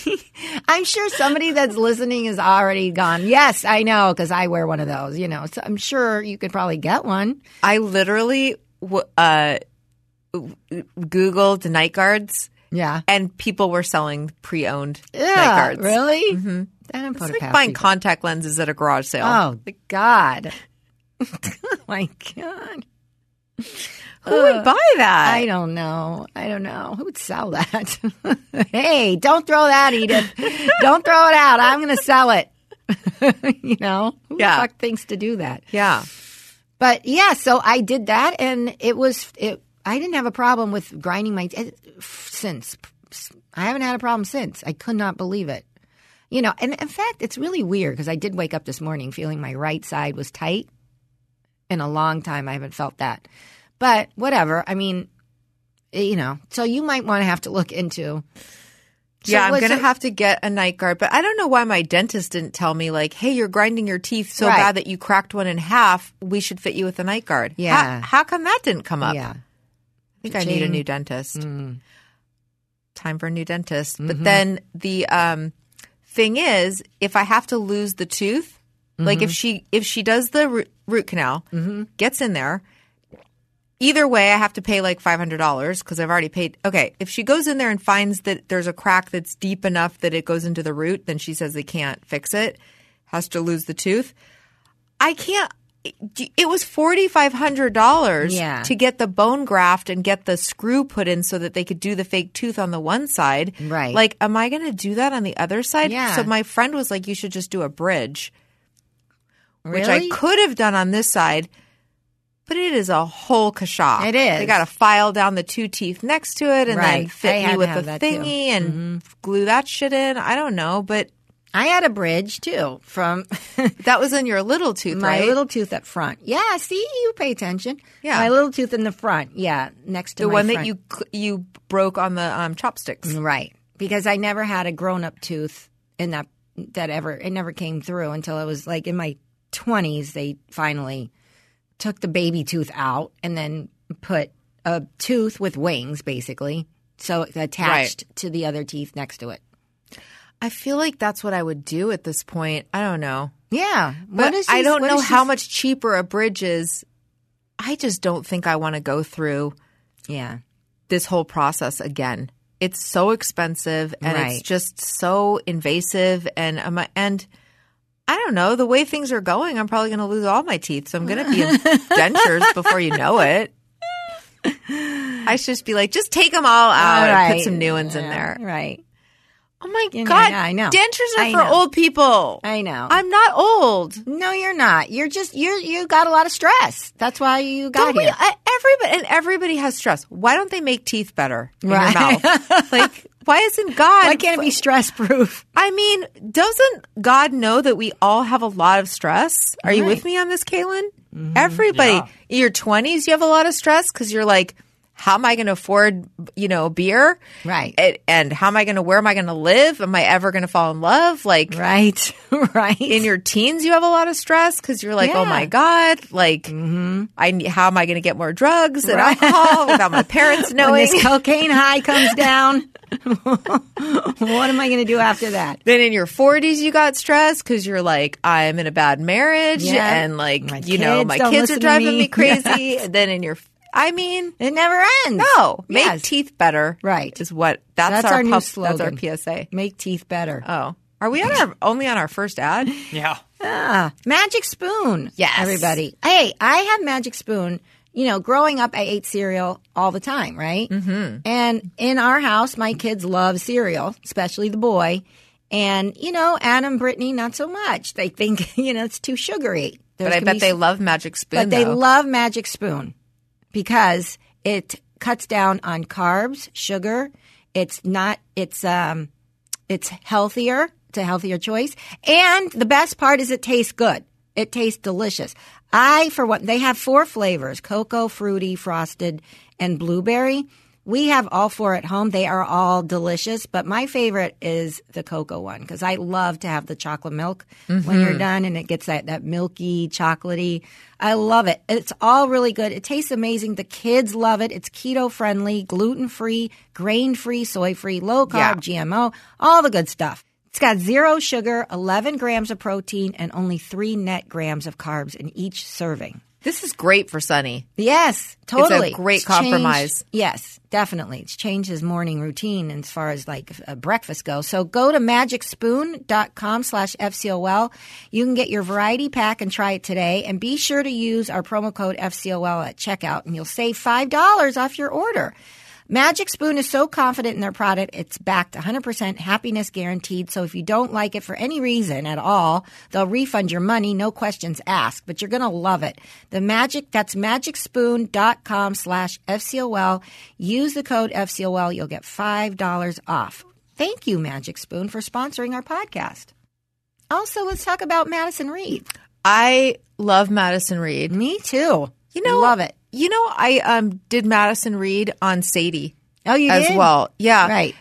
[SPEAKER 3] that. I'm sure somebody that's listening is already gone. Yes, I know, because I wear one of those, you know. So I'm sure you could probably get one.
[SPEAKER 2] I literally w- uh, Google to night guards,
[SPEAKER 3] Yeah.
[SPEAKER 2] and people were selling pre-owned night
[SPEAKER 3] Yeah.
[SPEAKER 2] guards.
[SPEAKER 3] Really? Mm-hmm. I didn't put
[SPEAKER 2] It's
[SPEAKER 3] it
[SPEAKER 2] like
[SPEAKER 3] past
[SPEAKER 2] buying
[SPEAKER 3] people.
[SPEAKER 2] contact lenses at a garage sale.
[SPEAKER 3] Oh God! Oh, My God!
[SPEAKER 2] Who would buy that?
[SPEAKER 3] Uh, I don't know. I don't know who would sell that. hey, don't throw that, Edith. don't throw it out. I'm going to sell it. you know, who
[SPEAKER 2] Yeah.
[SPEAKER 3] the fuck thinks to do that?
[SPEAKER 2] yeah.
[SPEAKER 3] But yeah, so I did that, and it was it. I didn't have a problem with grinding my eh, since. I haven't had a problem since. I could not believe it. You know, and in fact, it's really weird because I did wake up this morning feeling my right side was tight. In a long time, I haven't felt that. But whatever. I mean, eh, you know, so you might want to have to look into. So
[SPEAKER 2] yeah, I'm
[SPEAKER 3] was
[SPEAKER 2] going to
[SPEAKER 3] it-
[SPEAKER 2] have to get a night guard, but I don't know why my dentist didn't tell me, like, hey, you're grinding your teeth so
[SPEAKER 3] Right.
[SPEAKER 2] bad that you cracked one in half. We should fit you with a night guard. How-
[SPEAKER 3] Yeah.
[SPEAKER 2] How, come that didn't come up?
[SPEAKER 3] Yeah.
[SPEAKER 2] I think I need a
[SPEAKER 3] Cha-ching.
[SPEAKER 2] new dentist. Time for a new dentist. But then the um, thing is, if I have to lose the tooth, like if she if she does the root, root canal, gets in there. Either way, I have to pay like five hundred dollars because I've already paid. Okay, if she goes in there and finds that there's a crack that's deep enough that it goes into the root, then she says they can't fix it. Has to lose the tooth. I can't. It was forty five hundred dollars
[SPEAKER 3] Yeah.
[SPEAKER 2] to get the bone graft and get the screw put in so that they could do the fake tooth on the one side.
[SPEAKER 3] Right.
[SPEAKER 2] Like, am I going to do that on the other side?
[SPEAKER 3] Yeah.
[SPEAKER 2] So my friend was like, "You should just do a bridge," which I
[SPEAKER 3] Really?
[SPEAKER 2] could have done on this side. But it is a whole kasha.
[SPEAKER 3] It is.
[SPEAKER 2] They got to file down the two teeth next to it and then
[SPEAKER 3] Right. I
[SPEAKER 2] fit
[SPEAKER 3] had
[SPEAKER 2] me
[SPEAKER 3] to
[SPEAKER 2] with a
[SPEAKER 3] have that too. Mm-hmm.
[SPEAKER 2] thingy and glue that shit in. I don't know, but
[SPEAKER 3] I had a bridge too from
[SPEAKER 2] that was in your little tooth,
[SPEAKER 3] My
[SPEAKER 2] right?
[SPEAKER 3] little tooth up front. Yeah, see, you pay attention.
[SPEAKER 2] Yeah.
[SPEAKER 3] My little tooth in the front. Yeah, next to
[SPEAKER 2] the
[SPEAKER 3] my
[SPEAKER 2] one that
[SPEAKER 3] front. Mm-hmm. Mm,
[SPEAKER 2] you cl- you broke on the um, chopsticks.
[SPEAKER 3] right because I never had a grown up tooth in that that ever it never came through until I was like in my twenties. They finally took the baby tooth out and then put a tooth with wings, basically, so it attached to the other teeth next to it.
[SPEAKER 2] I feel like that's what I would do at this point. I don't know.
[SPEAKER 3] Yeah,
[SPEAKER 2] But
[SPEAKER 3] What is
[SPEAKER 2] I
[SPEAKER 3] this-
[SPEAKER 2] don't
[SPEAKER 3] what
[SPEAKER 2] know
[SPEAKER 3] is
[SPEAKER 2] how
[SPEAKER 3] this-
[SPEAKER 2] much cheaper a bridge is. I just don't think I want to go through
[SPEAKER 3] Yeah,
[SPEAKER 2] this whole process again. It's so expensive and it's
[SPEAKER 3] Right.
[SPEAKER 2] just so invasive and um, and I don't know, the way things are going, I'm probably going to lose all my teeth. So I'm going to be in dentures before you know it. I should just be like, just take them all out and put
[SPEAKER 3] right.
[SPEAKER 2] some new ones in
[SPEAKER 3] Yeah,
[SPEAKER 2] there.
[SPEAKER 3] Right.
[SPEAKER 2] Oh my
[SPEAKER 3] Yeah,
[SPEAKER 2] god,
[SPEAKER 3] yeah, I know.
[SPEAKER 2] Dentures are
[SPEAKER 3] I
[SPEAKER 2] for
[SPEAKER 3] know.
[SPEAKER 2] old people.
[SPEAKER 3] I know.
[SPEAKER 2] I'm not old.
[SPEAKER 3] No, you're not. You're just you. You got a lot of stress. That's why you got
[SPEAKER 2] Don't we,
[SPEAKER 3] here.
[SPEAKER 2] I- everybody and everybody has stress. Why don't they make teeth better in
[SPEAKER 3] Right.
[SPEAKER 2] your mouth? like, why isn't God?
[SPEAKER 3] Why can't it be stress proof?
[SPEAKER 2] I mean, doesn't God know that we all have a lot of stress? Are you
[SPEAKER 3] Right. Mm-hmm.
[SPEAKER 2] with me on this, Kaylin? Everybody, in your twenties, you have a lot of stress because you're like, how am I going to afford, you know, beer?
[SPEAKER 3] Right.
[SPEAKER 2] And, and how am I going to? Where am I going to live? Am I ever going to fall in love? Like,
[SPEAKER 3] Right. right.
[SPEAKER 2] in your teens you have a lot of stress because you're like oh
[SPEAKER 3] Yeah. Mm-hmm.
[SPEAKER 2] my god like i ne- how am i going to get more drugs and alcohol without my parents
[SPEAKER 3] when
[SPEAKER 2] knowing
[SPEAKER 3] this cocaine high comes down, what am I going to do after that?
[SPEAKER 2] then in your 40s you got stress because you're like i'm in a bad marriage
[SPEAKER 3] Yeah.
[SPEAKER 2] and like
[SPEAKER 3] My
[SPEAKER 2] you know
[SPEAKER 3] kids
[SPEAKER 2] my
[SPEAKER 3] don't
[SPEAKER 2] kids are
[SPEAKER 3] listen to
[SPEAKER 2] driving me,
[SPEAKER 3] me.
[SPEAKER 2] crazy and then in your i mean
[SPEAKER 3] It never ends.
[SPEAKER 2] no make
[SPEAKER 3] Yes.
[SPEAKER 2] teeth better
[SPEAKER 3] Right.
[SPEAKER 2] is what that's,
[SPEAKER 3] That's
[SPEAKER 2] our,
[SPEAKER 3] our new
[SPEAKER 2] puff-
[SPEAKER 3] slogan.
[SPEAKER 2] that's our psa
[SPEAKER 3] Make teeth better.
[SPEAKER 2] oh are we on our only on our first ad
[SPEAKER 6] Yeah.
[SPEAKER 3] Ah, magic spoon.
[SPEAKER 2] Yes.
[SPEAKER 3] Everybody. Hey, I have magic spoon. You know, growing up, I ate cereal all the time, right? Mm-hmm. And in our house, my kids love cereal, especially the boy. And, you know, Adam, Brittany, not so much. They think, you know, it's too sugary. There's
[SPEAKER 2] but i
[SPEAKER 3] gonna
[SPEAKER 2] bet
[SPEAKER 3] be
[SPEAKER 2] they love magic spoon
[SPEAKER 3] but they
[SPEAKER 2] though.
[SPEAKER 3] love Magic Spoon because it cuts down on carbs, sugar. It's not. It's um, it's healthier. It's a healthier choice. And the best part is it tastes good. It tastes delicious. I for one, they have four flavors: cocoa, fruity, frosted, and blueberry. We have all four at home. They are all delicious, but my favorite is the cocoa one because I love to have the chocolate milk
[SPEAKER 2] Mm-hmm.
[SPEAKER 3] when you're done and it gets that, that milky, chocolatey. I love it. It's all really good. It tastes amazing. The kids love it. It's keto friendly, gluten free, grain free, soy free, low carb, GMO, all the good stuff. It's got zero sugar, 11 grams of protein, and only three net grams of carbs in each serving.
[SPEAKER 2] This is great for Sunny.
[SPEAKER 3] Yes, totally.
[SPEAKER 2] great
[SPEAKER 3] changed-
[SPEAKER 2] compromise.
[SPEAKER 3] yes, definitely. It's changed his morning routine as far as like uh, breakfast goes. So go to magicspoon.com slash FCOL. You can get your variety pack and try it today. And be sure to use our promo code FCOL at checkout and you'll save $5 off your order. Magic Spoon is so confident in their product, it's backed 100% happiness guaranteed. So if you don't like it for any reason at all, they'll refund your money, no questions asked. But you're going to love it. The magic, that's magicspoon.com slash FCOL. Use the code FCOL. You'll get $5 off. Thank you, Magic Spoon, for sponsoring our podcast. Also, let's talk about Madison Reed.
[SPEAKER 2] I love Madison Reed.
[SPEAKER 3] Me too.
[SPEAKER 2] You know,
[SPEAKER 3] love it.
[SPEAKER 2] You know, I um did Madison Reed on Sadie
[SPEAKER 3] Oh, you
[SPEAKER 2] as
[SPEAKER 3] did?
[SPEAKER 2] well. Yeah,
[SPEAKER 3] Right.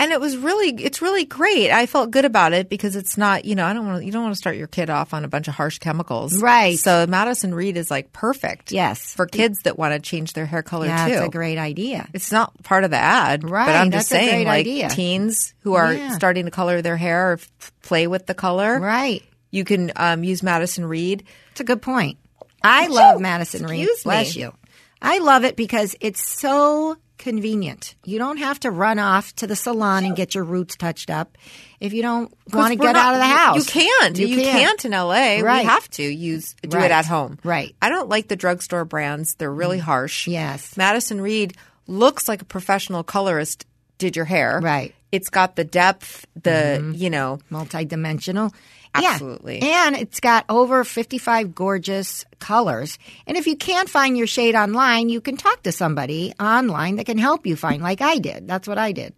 [SPEAKER 2] And it was really, it's really great. I felt good about it because it's not, you know, I don't want to, you don't want to start your kid off on a bunch of harsh chemicals,
[SPEAKER 3] Right.
[SPEAKER 2] So Madison Reed is like perfect,
[SPEAKER 3] Yes.
[SPEAKER 2] for kids that want to change their hair color
[SPEAKER 3] yeah,
[SPEAKER 2] too.
[SPEAKER 3] it's a great idea.
[SPEAKER 2] It's not part of the ad,
[SPEAKER 3] Right,
[SPEAKER 2] But I'm just
[SPEAKER 3] that's a
[SPEAKER 2] saying,
[SPEAKER 3] great
[SPEAKER 2] like
[SPEAKER 3] idea.
[SPEAKER 2] teens who are
[SPEAKER 3] Yeah.
[SPEAKER 2] starting to color their hair or f- play with the color,
[SPEAKER 3] Right.
[SPEAKER 2] you can um, use Madison Reed.
[SPEAKER 3] It's a good point. I love
[SPEAKER 2] you.
[SPEAKER 3] Madison Reed.
[SPEAKER 2] Excuse me.
[SPEAKER 3] Bless you. I love it because it's so convenient. You don't have to run off to the salon and get your roots touched up if you don't want to
[SPEAKER 2] we're
[SPEAKER 3] get
[SPEAKER 2] not-
[SPEAKER 3] out of the
[SPEAKER 2] you-
[SPEAKER 3] house.
[SPEAKER 2] You can't. You, can't. in LA.
[SPEAKER 3] Right.
[SPEAKER 2] We have to use do
[SPEAKER 3] Right.
[SPEAKER 2] it at home.
[SPEAKER 3] Right.
[SPEAKER 2] I don't like the drugstore brands. They're really harsh.
[SPEAKER 3] Yes.
[SPEAKER 2] Madison Reed looks like a professional colorist did your hair.
[SPEAKER 3] Right.
[SPEAKER 2] It's got the depth, the you know
[SPEAKER 3] multidimensional.
[SPEAKER 2] Absolutely.
[SPEAKER 3] Yeah. And it's got over 55 gorgeous colors. And if you can't find your shade online, you can talk to somebody online that can help you find, like I did. That's what I did.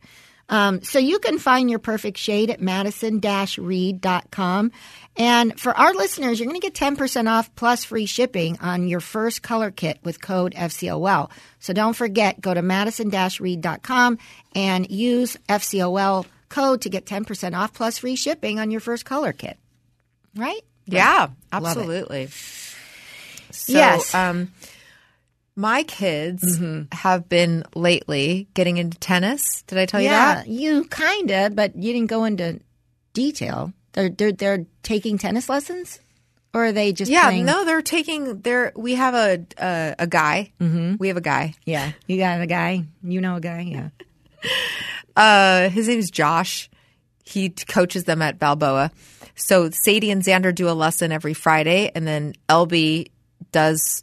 [SPEAKER 3] Um, so you can find your perfect shade at madison-reed.com. And for our listeners, you're going to get 10% off plus free shipping on your first color kit with code FCOL. So don't forget, go to madison-reed.com and use FCOL code to get 10% off plus free shipping on your first color kit. Right?
[SPEAKER 2] Yeah,
[SPEAKER 3] Love it.
[SPEAKER 2] absolutely. So,
[SPEAKER 3] Yes.
[SPEAKER 2] Um, my kids have been lately getting into tennis. Did I tell you
[SPEAKER 3] yeah,
[SPEAKER 2] that?
[SPEAKER 3] you kind of, but you didn't go into detail. They're, they're they're taking tennis lessons, or are they just
[SPEAKER 2] Yeah,
[SPEAKER 3] playing?
[SPEAKER 2] no, they're taking. They're we have a a, a guy. Mm-hmm. We have a guy.
[SPEAKER 3] Yeah, you got a guy. You know a guy. Yeah.
[SPEAKER 2] Uh, his name is Josh. He t- coaches them at Balboa. So Sadie and Xander do a lesson every Friday, and then LB does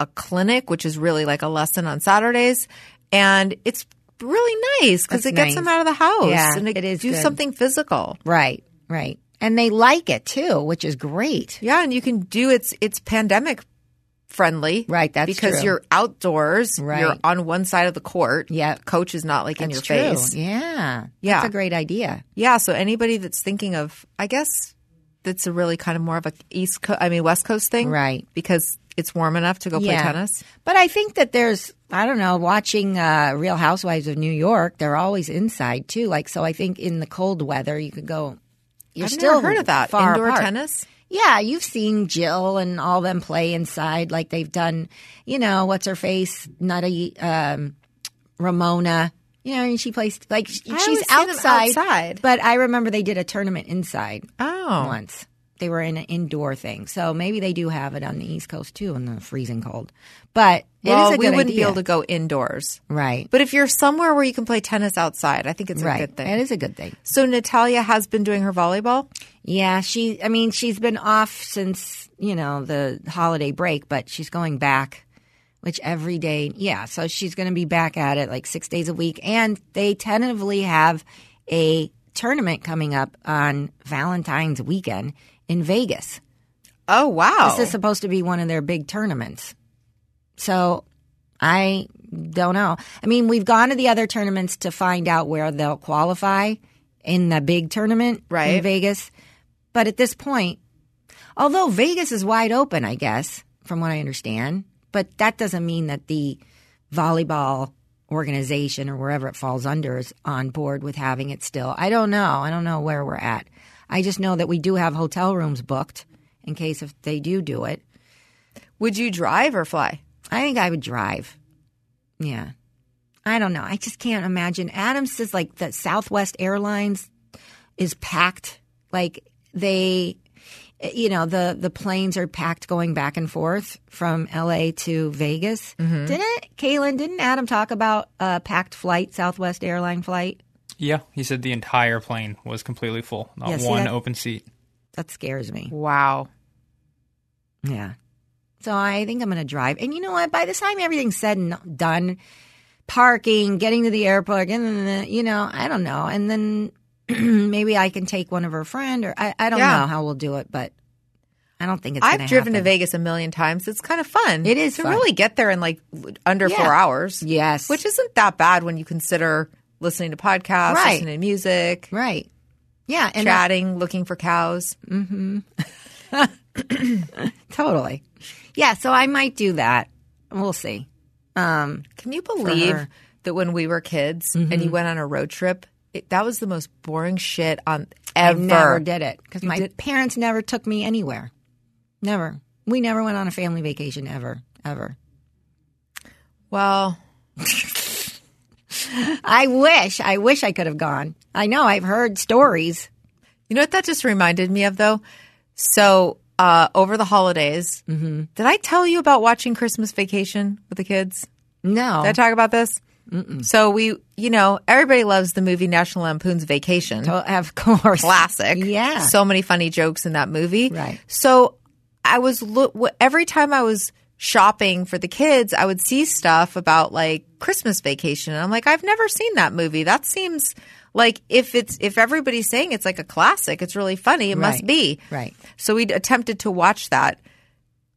[SPEAKER 2] a clinic, which is really like a lesson on Saturdays, and it's really nice because
[SPEAKER 3] That's
[SPEAKER 2] it gets
[SPEAKER 3] nice.
[SPEAKER 2] them out of the house
[SPEAKER 3] Yeah,
[SPEAKER 2] and they
[SPEAKER 3] it is
[SPEAKER 2] do
[SPEAKER 3] good.
[SPEAKER 2] something physical.
[SPEAKER 3] Right. Right. And they like it too, which is great.
[SPEAKER 2] Yeah, and you can do it's it's pandemic friendly,
[SPEAKER 3] Right, that's
[SPEAKER 2] because
[SPEAKER 3] true.
[SPEAKER 2] you're outdoors,
[SPEAKER 3] Right.
[SPEAKER 2] You're on one side of the court.
[SPEAKER 3] Yeah.
[SPEAKER 2] coach is not like in your
[SPEAKER 3] That's true.
[SPEAKER 2] face.
[SPEAKER 3] Yeah.
[SPEAKER 2] Yeah.
[SPEAKER 3] That's a great idea.
[SPEAKER 2] Yeah, so anybody that's thinking of, I guess that's a really kind of more of a East Coast, I mean West Coast thing,
[SPEAKER 3] Right.
[SPEAKER 2] Because it's warm enough to go
[SPEAKER 3] Yeah.
[SPEAKER 2] play tennis.
[SPEAKER 3] But I think that there's, I don't know, watching uh, Real Housewives of New York, they're always inside too. Like, so I think in the cold weather, you could go. You're
[SPEAKER 2] I've
[SPEAKER 3] still
[SPEAKER 2] never heard of that
[SPEAKER 3] far
[SPEAKER 2] indoor
[SPEAKER 3] apart.
[SPEAKER 2] tennis.
[SPEAKER 3] Yeah, you've seen Jill and all them play inside, like they've done. You know, what's her face, Nutty um, Ramona. You know, and she plays like sh-
[SPEAKER 2] I
[SPEAKER 3] she's
[SPEAKER 2] always see them
[SPEAKER 3] outside,
[SPEAKER 2] outside.
[SPEAKER 3] But I remember they did a tournament inside
[SPEAKER 2] Oh,
[SPEAKER 3] once. They were in an indoor thing, so maybe they do have it on the East Coast too in the freezing cold. But
[SPEAKER 2] well,
[SPEAKER 3] it is a
[SPEAKER 2] we
[SPEAKER 3] good
[SPEAKER 2] wouldn't be
[SPEAKER 3] idea.
[SPEAKER 2] able to go indoors.
[SPEAKER 3] right,
[SPEAKER 2] But if you're somewhere where you can play tennis outside, I think it's a
[SPEAKER 3] right.
[SPEAKER 2] good thing.
[SPEAKER 3] It is a good thing.
[SPEAKER 2] so Natalia has been doing her volleyball.
[SPEAKER 3] Yeah, she. I mean, she's been off since you know the holiday break, but she's going back, which every day. Yeah, so she's going to be back at it like six days a week, and they tentatively have a tournament coming up on Valentine's weekend in Vegas.
[SPEAKER 2] Oh wow!
[SPEAKER 3] This is supposed to be one of their big tournaments. So I don't know. I mean, we've gone to the other tournaments to find out where they'll qualify in the big tournament in
[SPEAKER 2] Right.
[SPEAKER 3] Vegas. But at this point, although Vegas is wide open, I guess, from what I understand, but that doesn't mean that the volleyball organization or wherever it falls under is on board with having it still. I don't know. I don't know where we're at. I just know that we do have hotel rooms booked in case if they do do it.
[SPEAKER 2] Would you drive or fly?
[SPEAKER 3] I think I would drive. Yeah. I don't know. I just can't imagine. Adam says like the Southwest Airlines is packed. Like they you know the the planes are packed going back and forth from LA to Vegas. Didn't Kaylin? Didn't Adam talk about a packed flight, Southwest airline flight?
[SPEAKER 6] Yeah, he said the entire plane was completely full, not
[SPEAKER 3] Yeah, see
[SPEAKER 6] one
[SPEAKER 3] that-
[SPEAKER 6] open seat.
[SPEAKER 3] That scares me.
[SPEAKER 2] Wow.
[SPEAKER 3] Yeah. So I think I'm going to drive. And you know what? By the time everything's said and done, parking, getting to the airport, and you know, I don't know. And then maybe I can take one of her friend, or I, I don't
[SPEAKER 2] Yeah.
[SPEAKER 3] know how we'll do it, but I don't think it's.
[SPEAKER 2] I've
[SPEAKER 3] gonna
[SPEAKER 2] driven to
[SPEAKER 3] happen.
[SPEAKER 2] Vegas a million times. It's kind of fun.
[SPEAKER 3] It is
[SPEAKER 2] to
[SPEAKER 3] fun.
[SPEAKER 2] really get there in like l- under
[SPEAKER 3] Yeah.
[SPEAKER 2] four hours.
[SPEAKER 3] Yes,
[SPEAKER 2] which isn't that bad when you consider listening to podcasts,
[SPEAKER 3] Right.
[SPEAKER 2] listening to music,
[SPEAKER 3] right. Yeah, and
[SPEAKER 2] chatting, looking for cows.
[SPEAKER 3] totally. Yeah, so I might do that. We'll see. Um,
[SPEAKER 2] Can you believe
[SPEAKER 3] her. Mm-hmm.
[SPEAKER 2] that when we were kids and you went on a road trip, it, that was the most boring shit on ever.
[SPEAKER 3] I never did it because
[SPEAKER 2] You
[SPEAKER 3] my
[SPEAKER 2] did-
[SPEAKER 3] parents never took me anywhere. Never. We never went on a family vacation ever, ever.
[SPEAKER 2] Well,
[SPEAKER 3] I wish, I wish I could have gone. I know I've heard stories.
[SPEAKER 2] you know what that just reminded me of though. So uh, over the holidays,
[SPEAKER 3] Mm-hmm.
[SPEAKER 2] did I tell you about watching Christmas Vacation with the kids?
[SPEAKER 3] No,
[SPEAKER 2] Did I talk about this? So we, you know, everybody loves the movie National Lampoon's Vacation.
[SPEAKER 3] To- of course,
[SPEAKER 2] classic.
[SPEAKER 3] Yeah.
[SPEAKER 2] So many funny jokes in that movie.
[SPEAKER 3] Right.
[SPEAKER 2] So I was look every time I was shopping for the kids, I would see stuff about like Christmas vacation and I'm like I've never seen that movie. That seems like if it's if everybody's saying it's like a classic, it's really funny, it must
[SPEAKER 3] Right.
[SPEAKER 2] be.
[SPEAKER 3] Right.
[SPEAKER 2] So we attempted to watch that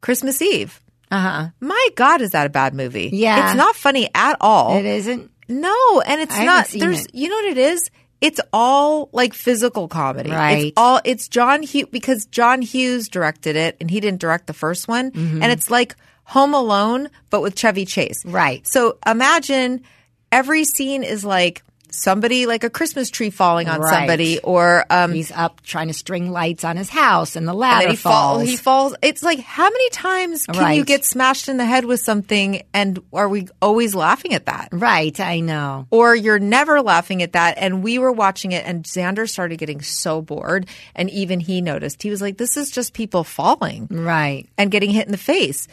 [SPEAKER 2] Christmas Eve.
[SPEAKER 3] Uh huh.
[SPEAKER 2] My god, is that a bad movie?
[SPEAKER 3] Yeah.
[SPEAKER 2] It's not funny at all.
[SPEAKER 3] It isn't.
[SPEAKER 2] No, and it's
[SPEAKER 3] I haven't
[SPEAKER 2] not.
[SPEAKER 3] seen
[SPEAKER 2] There's,
[SPEAKER 3] it.
[SPEAKER 2] you know what it is? It's all like physical comedy.
[SPEAKER 3] Right.
[SPEAKER 2] It's all. It's John Hughes because John Hughes directed it, and he didn't direct the first one.
[SPEAKER 3] Mm-hmm.
[SPEAKER 2] And it's like Home Alone, but with Chevy Chase.
[SPEAKER 3] Right.
[SPEAKER 2] So imagine every scene is like somebody, like a Christmas tree falling on
[SPEAKER 3] Right.
[SPEAKER 2] somebody, or um,
[SPEAKER 3] He's up trying to string lights on his house, and the
[SPEAKER 2] and
[SPEAKER 3] ladder
[SPEAKER 2] then he
[SPEAKER 3] falls.
[SPEAKER 2] fall, he falls. It's like how many times can you
[SPEAKER 3] Right.
[SPEAKER 2] get smashed in the head with something, and are we always laughing at that?
[SPEAKER 3] right. I know.
[SPEAKER 2] or you're never laughing at that. And we were watching it, and Xander started getting so bored. And even he noticed. He was like, This is just people falling
[SPEAKER 3] Right.
[SPEAKER 2] and getting hit in the face.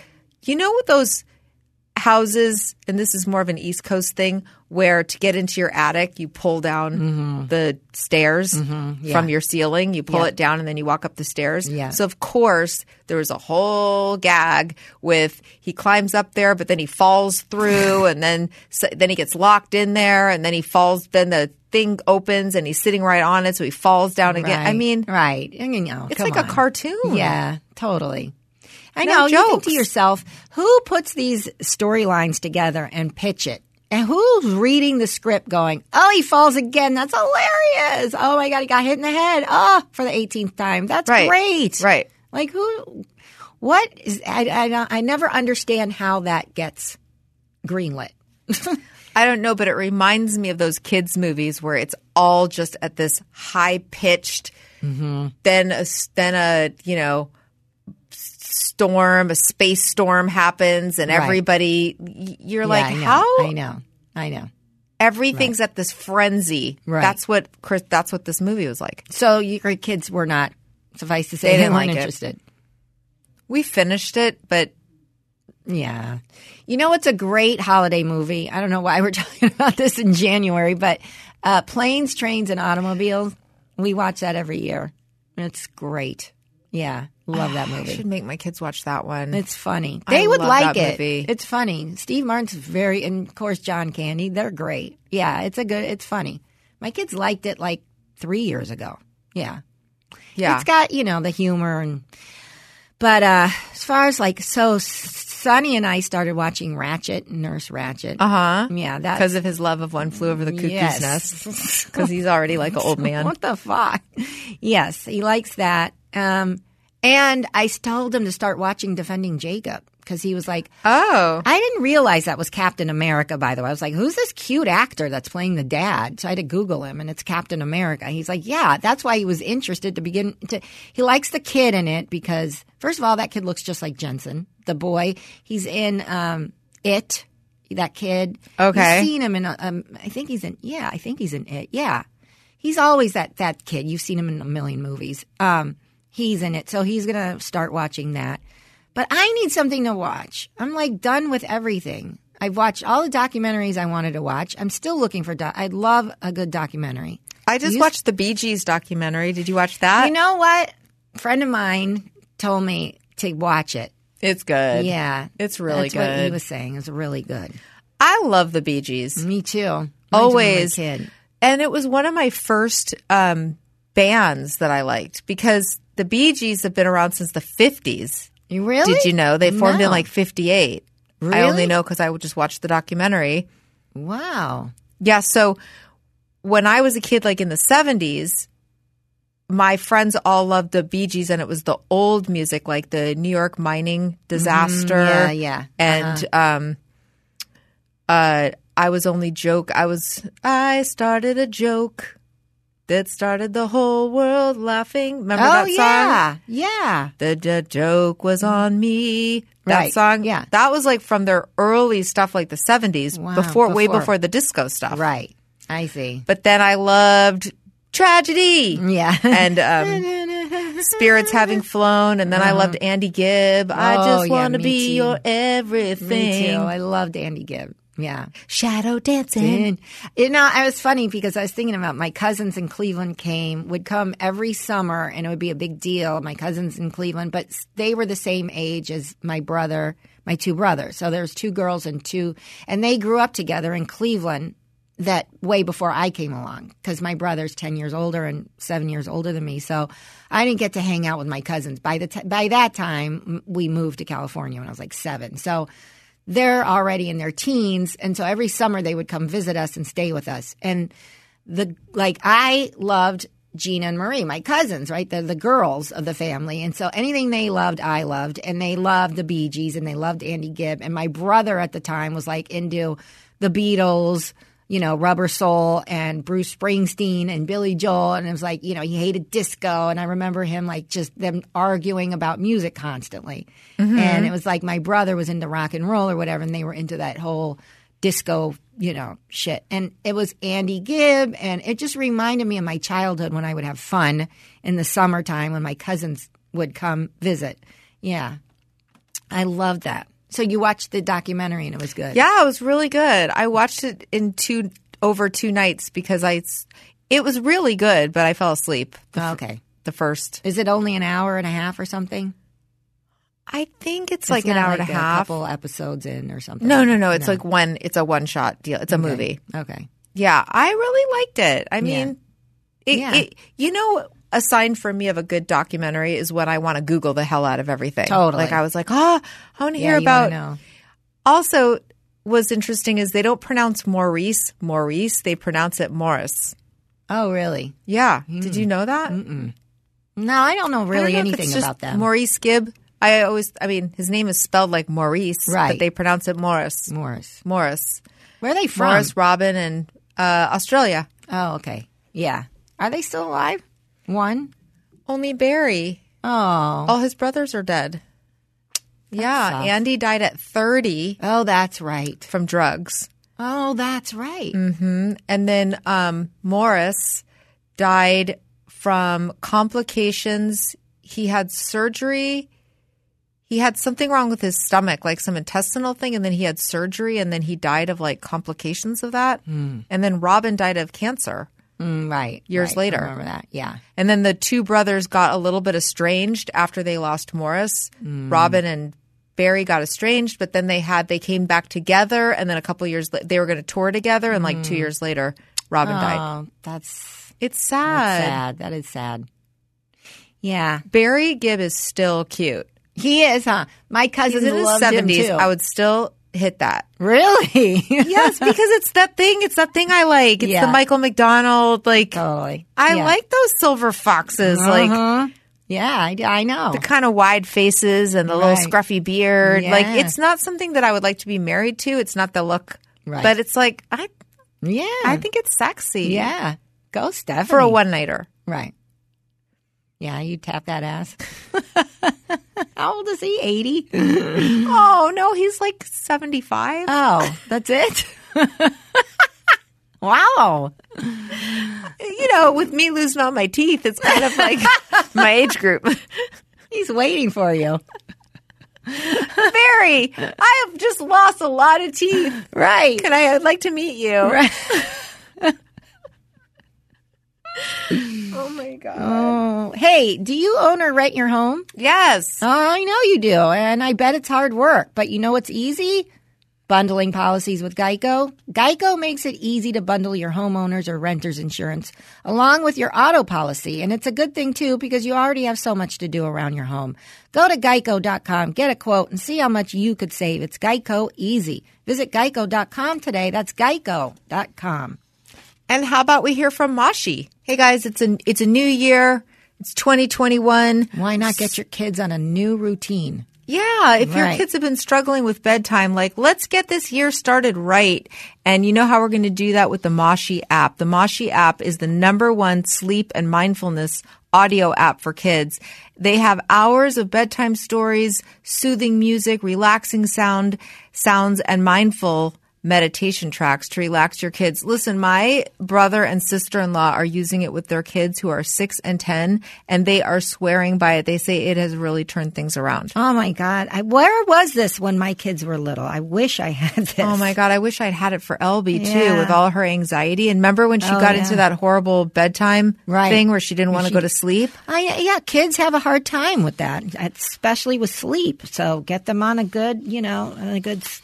[SPEAKER 2] You know, what those houses, and this is more of an East Coast thing, where to get into your attic, you pull down
[SPEAKER 3] Mm-hmm.
[SPEAKER 2] the stairs from your ceiling, you pull it down, and then you walk up the stairs.
[SPEAKER 3] Yeah.
[SPEAKER 2] So, of course, there was a whole gag with he climbs up there, but then he falls through, and then so, then he gets locked in there, and then he falls. Then the thing opens, and he's sitting right on it, so he falls down again. I
[SPEAKER 3] Right.
[SPEAKER 2] mean,
[SPEAKER 3] right? And, You know,
[SPEAKER 2] it's
[SPEAKER 3] come
[SPEAKER 2] like a
[SPEAKER 3] on.
[SPEAKER 2] cartoon.
[SPEAKER 3] Yeah, totally. I
[SPEAKER 2] Hmm. No
[SPEAKER 3] know. You think to
[SPEAKER 2] jokes.
[SPEAKER 3] yourself, who puts these storylines together and pitch it? And who's reading the script going, oh, he falls again. That's hilarious. Oh my God, he got hit in the head. Oh, for the 18th time. That's
[SPEAKER 2] Right.
[SPEAKER 3] great.
[SPEAKER 2] Right.
[SPEAKER 3] Like, who, what is, I, I, don't- I never understand how that gets greenlit.
[SPEAKER 2] I don't know, but it reminds me of those kids' movies where it's all just at this high pitched, then a s- then a you know s- storm, a space storm happens, and
[SPEAKER 3] Right.
[SPEAKER 2] everybody y- you're
[SPEAKER 3] Yeah,
[SPEAKER 2] like,
[SPEAKER 3] I know.
[SPEAKER 2] how
[SPEAKER 3] I know. I know.
[SPEAKER 2] everything's at this frenzy.
[SPEAKER 3] Right.
[SPEAKER 2] That's what Chris. That's what this movie was like.
[SPEAKER 3] So your kids were not, suffice to
[SPEAKER 2] They
[SPEAKER 3] say, they,
[SPEAKER 2] didn't
[SPEAKER 3] weren't
[SPEAKER 2] like it.
[SPEAKER 3] interested.
[SPEAKER 2] We finished it, but
[SPEAKER 3] Yeah. You know what's a great holiday movie? I don't know why we're talking about this in January, but uh, Planes, Trains, and Automobiles. We watch that every year. It's great. Yeah. Love that
[SPEAKER 2] I should
[SPEAKER 3] movie.
[SPEAKER 2] make my kids watch that one.
[SPEAKER 3] It's funny.
[SPEAKER 2] I
[SPEAKER 3] They would
[SPEAKER 2] love
[SPEAKER 3] like
[SPEAKER 2] that
[SPEAKER 3] it.
[SPEAKER 2] movie.
[SPEAKER 3] It's funny. Steve Martin's very, and of course, John Candy. They're great. Yeah. It's a good, it's funny. My kids liked it like three years ago. Yeah.
[SPEAKER 2] yeah,
[SPEAKER 3] It's got, you know, the humor and but uh as far as like so Sonny and I started watching Ratchet, Nurse Ratchet.
[SPEAKER 2] uh huh.
[SPEAKER 3] Yeah, that
[SPEAKER 2] Because of his love of One Flew Over the Cuckoo's
[SPEAKER 3] Yes.
[SPEAKER 2] Nest. Because he's already like an old man.
[SPEAKER 3] What the fuck? Yes, he likes that. Um and I told him to start watching Defending Jacob because he was like,
[SPEAKER 2] Oh.
[SPEAKER 3] I didn't realize that was Captain America, by the way. I was like, who's this cute actor that's playing the dad? So I had to Google him and it's Captain America. He's like, yeah, that's why he was interested to begin to, he likes the kid in it because first of all, that kid looks just like Jensen, the boy. He's in, um, it, that kid.
[SPEAKER 2] Okay.
[SPEAKER 3] You've seen him in, a- um, I think he's in, yeah, I think he's in it. Yeah. He's always that, that kid. You've seen him in a million movies. Um, He's in it. So he's going to start watching that. But I need something to watch. I'm like done with everything. I've watched all the documentaries I wanted to watch. I'm still looking for doc. I love a good documentary.
[SPEAKER 2] I just
[SPEAKER 3] You-
[SPEAKER 2] watched the Bee Gees documentary. Did you watch that?
[SPEAKER 3] You know what? A friend of mine told me to watch it.
[SPEAKER 2] it's good.
[SPEAKER 3] Yeah.
[SPEAKER 2] It's really
[SPEAKER 3] That's what he
[SPEAKER 2] good.
[SPEAKER 3] was saying. It's really good.
[SPEAKER 2] I love the Bee Gees.
[SPEAKER 3] Me too. Reminds me of my
[SPEAKER 2] Always.
[SPEAKER 3] kid.
[SPEAKER 2] And it was one of my first um, bands that I liked because the Bee Gees have been around since the 50s.
[SPEAKER 3] You really?
[SPEAKER 2] Did you know? They formed
[SPEAKER 3] No.
[SPEAKER 2] in like 58. I
[SPEAKER 3] Really?
[SPEAKER 2] only know because I would just watch the documentary.
[SPEAKER 3] Wow.
[SPEAKER 2] Yeah. So when I was a kid, like in the 70s, my friends all loved the Bee Gees, and it was the old music, like the New York mining disaster.
[SPEAKER 3] Mm-hmm. yeah, yeah.
[SPEAKER 2] And
[SPEAKER 3] Uh-huh.
[SPEAKER 2] um, uh, I was only joke. I was I started a joke that started the whole world laughing. Remember that
[SPEAKER 3] oh
[SPEAKER 2] song?
[SPEAKER 3] yeah, yeah.
[SPEAKER 2] The, the joke was on me. That
[SPEAKER 3] Right,
[SPEAKER 2] song,
[SPEAKER 3] yeah.
[SPEAKER 2] that was like from their early stuff, like the seventies,
[SPEAKER 3] Wow,
[SPEAKER 2] before, way
[SPEAKER 3] before.
[SPEAKER 2] before the disco stuff.
[SPEAKER 3] Right. I see.
[SPEAKER 2] But then I loved tragedy
[SPEAKER 3] Yeah.
[SPEAKER 2] and um, spirits having flown, and then I loved Andy Gibb. I
[SPEAKER 3] Uh-huh. Oh,
[SPEAKER 2] just
[SPEAKER 3] yeah,
[SPEAKER 2] want to
[SPEAKER 3] me
[SPEAKER 2] be
[SPEAKER 3] too.
[SPEAKER 2] your
[SPEAKER 3] Me too.
[SPEAKER 2] everything.
[SPEAKER 3] I loved Andy Gibb. Yeah.
[SPEAKER 2] Shadow dancing.
[SPEAKER 3] And, you know, I was funny because I was thinking about my cousins in Cleveland came would come every summer and it would be a big deal. My cousins in Cleveland, but s- they were the same age as my brother, my two brothers. So there's two girls and two, and they grew up together in Cleveland. That way before I came along because my brother's ten years older and seven years older than me, so I didn't get to hang out with my cousins. By the t- by that time, m- we moved to California when I was like seven, so they're already in their teens and so every summer they would come visit us and stay with us and the like i loved gina and marie my cousins right they're the girls of the family and so anything they loved i loved and they loved the bee gees and they loved andy gibb and my brother at the time was like into the beatles you know rubber soul and bruce springsteen and billy joel and it was like you know he hated disco and i remember him like just them arguing about music constantly and it was like my brother was into rock and roll or whatever, and they were into that whole disco, you know, shit. And it was Andy Gibb, and it just reminded me of my childhood when I would have fun in the summertime when my cousins would come visit. Yeah, I loved that. So you watched the documentary and it was good.
[SPEAKER 2] Yeah, it was really good. I watched it in two over two nights because I s- it was really good, but I fell asleep the, f-
[SPEAKER 3] Oh, Okay.
[SPEAKER 2] the first.
[SPEAKER 3] Is it only an hour and a half or something?
[SPEAKER 2] I think it's, like an
[SPEAKER 3] not
[SPEAKER 2] hour and a half.
[SPEAKER 3] couple episodes in or something.
[SPEAKER 2] No, no, no. It's like one. It's a one shot deal. It's a
[SPEAKER 3] Okay.
[SPEAKER 2] movie.
[SPEAKER 3] Okay.
[SPEAKER 2] Yeah, I really liked it. I mean, It,
[SPEAKER 3] Yeah.
[SPEAKER 2] it, you know, a sign for me of a good documentary is when I want to Google the hell out of everything.
[SPEAKER 3] Totally.
[SPEAKER 2] Like I was like, oh, I want to
[SPEAKER 3] Yeah,
[SPEAKER 2] hear
[SPEAKER 3] you wanna
[SPEAKER 2] about.
[SPEAKER 3] know.
[SPEAKER 2] Also, was interesting is they don't pronounce Maurice Maurice. They pronounce it Morris.
[SPEAKER 3] Oh, really?
[SPEAKER 2] Yeah. Did you know that?
[SPEAKER 3] No, I don't
[SPEAKER 2] Hmm. I
[SPEAKER 3] know
[SPEAKER 2] don't
[SPEAKER 3] really
[SPEAKER 2] know if it's
[SPEAKER 3] anything
[SPEAKER 2] just
[SPEAKER 3] about them.
[SPEAKER 2] Maurice Gibb. I always, I mean, his name is spelled like Maurice,
[SPEAKER 3] Right.
[SPEAKER 2] but they pronounce it Morris.
[SPEAKER 3] Morris.
[SPEAKER 2] Morris.
[SPEAKER 3] Where are they from?
[SPEAKER 2] Morris Robin and uh, Australia.
[SPEAKER 3] Oh, okay. Yeah. Are they still alive? One?
[SPEAKER 2] Only Barry.
[SPEAKER 3] Oh.
[SPEAKER 2] All his brothers are dead. Yeah,
[SPEAKER 3] sucks.
[SPEAKER 2] Andy died at 30
[SPEAKER 3] Oh, that's right.
[SPEAKER 2] from drugs.
[SPEAKER 3] Oh, that's right.
[SPEAKER 2] Mm. And then um, Morris died from complications. He had surgery. He had something wrong with his stomach, like some intestinal thing, and then he had surgery, and then he died of like complications of that. And then Robin died of cancer.
[SPEAKER 3] Mm, right.
[SPEAKER 2] Years
[SPEAKER 3] right.
[SPEAKER 2] later.
[SPEAKER 3] I remember that. Yeah.
[SPEAKER 2] And then the two brothers got a little bit estranged after they lost Morris. Robin and Barry got estranged, but then they had they came back together, and then a couple years la- they were going to tour together, and like two years later, Robin died.
[SPEAKER 3] Oh, that's,
[SPEAKER 2] It's
[SPEAKER 3] that's
[SPEAKER 2] sad.
[SPEAKER 3] sad. That is sad. Yeah.
[SPEAKER 2] Barry Gibb is still cute.
[SPEAKER 3] He is, huh? My
[SPEAKER 2] He's
[SPEAKER 3] cousins
[SPEAKER 2] in his
[SPEAKER 3] loved him,
[SPEAKER 2] seventies.
[SPEAKER 3] too.
[SPEAKER 2] I would still hit that.
[SPEAKER 3] really?
[SPEAKER 2] Yes, because it's that thing. It's that thing I like. It's
[SPEAKER 3] Yeah.
[SPEAKER 2] the Michael McDonald. Like
[SPEAKER 3] totally.
[SPEAKER 2] I
[SPEAKER 3] Yeah.
[SPEAKER 2] like those silver foxes. Like
[SPEAKER 3] Uh-huh. Yeah, I, I know.
[SPEAKER 2] the kind of wide faces and the
[SPEAKER 3] Right.
[SPEAKER 2] little scruffy beard. Like
[SPEAKER 3] Yeah.
[SPEAKER 2] it's not something that I would like to be married to. It's not the look,
[SPEAKER 3] Right.
[SPEAKER 2] but it's like I
[SPEAKER 3] yeah.
[SPEAKER 2] I think it's sexy.
[SPEAKER 3] Yeah. Go, Stephanie.
[SPEAKER 2] for a one nighter.
[SPEAKER 3] Right. Yeah, you tap that ass. How old is he? 80?
[SPEAKER 2] Oh no, he's like seventy five.
[SPEAKER 3] Oh, that's it? wow.
[SPEAKER 2] you know, with me losing all my teeth, it's kind of like my age group.
[SPEAKER 3] He's waiting for you.
[SPEAKER 2] Barry, I have just lost a lot of teeth.
[SPEAKER 3] Right.
[SPEAKER 2] Can I? I'd like to meet you.
[SPEAKER 3] Right.
[SPEAKER 2] Oh my god.
[SPEAKER 3] Oh, hey, do you own or rent your home?
[SPEAKER 2] Yes.
[SPEAKER 3] Oh, I know you do, and I bet it's hard work, but you know what's easy? Bundling policies with Geico. Geico makes it easy to bundle your homeowners or renters insurance along with your auto policy, and it's a good thing too because you already have so much to do around your home. Go to geico.com, get a quote, and see how much you could save. It's Geico easy. Visit geico.com today. That's geico.com.
[SPEAKER 2] And how about we hear from Mashi? Hey guys, it's a it's a new year. It's 2021.
[SPEAKER 3] Why not get your kids on a new routine?
[SPEAKER 2] Yeah, if your
[SPEAKER 3] Right.
[SPEAKER 2] kids have been struggling with bedtime, like let's get this year started right. And you know how we're going to do that with the Moshi app. The Moshi app is the number one sleep and mindfulness audio app for kids. They have hours of bedtime stories, soothing music, relaxing sound, sounds and mindful meditation tracks to relax your kids. Listen, my brother and sister in law are using it with their kids who are six and 10, and they are swearing by it. They say it has really turned things around.
[SPEAKER 3] Oh my God. I, where was this when my kids were little? I wish I had this.
[SPEAKER 2] Oh my God, I wish I'd had it for Elby too
[SPEAKER 3] Yeah.
[SPEAKER 2] with all her anxiety. And remember when she
[SPEAKER 3] Oh,
[SPEAKER 2] got
[SPEAKER 3] yeah.
[SPEAKER 2] into that horrible bedtime
[SPEAKER 3] Right.
[SPEAKER 2] thing where she didn't want to
[SPEAKER 3] she-
[SPEAKER 2] go to sleep?
[SPEAKER 3] I, yeah, kids have a hard time with that, especially with sleep. So get them on a good, you know, on a good s-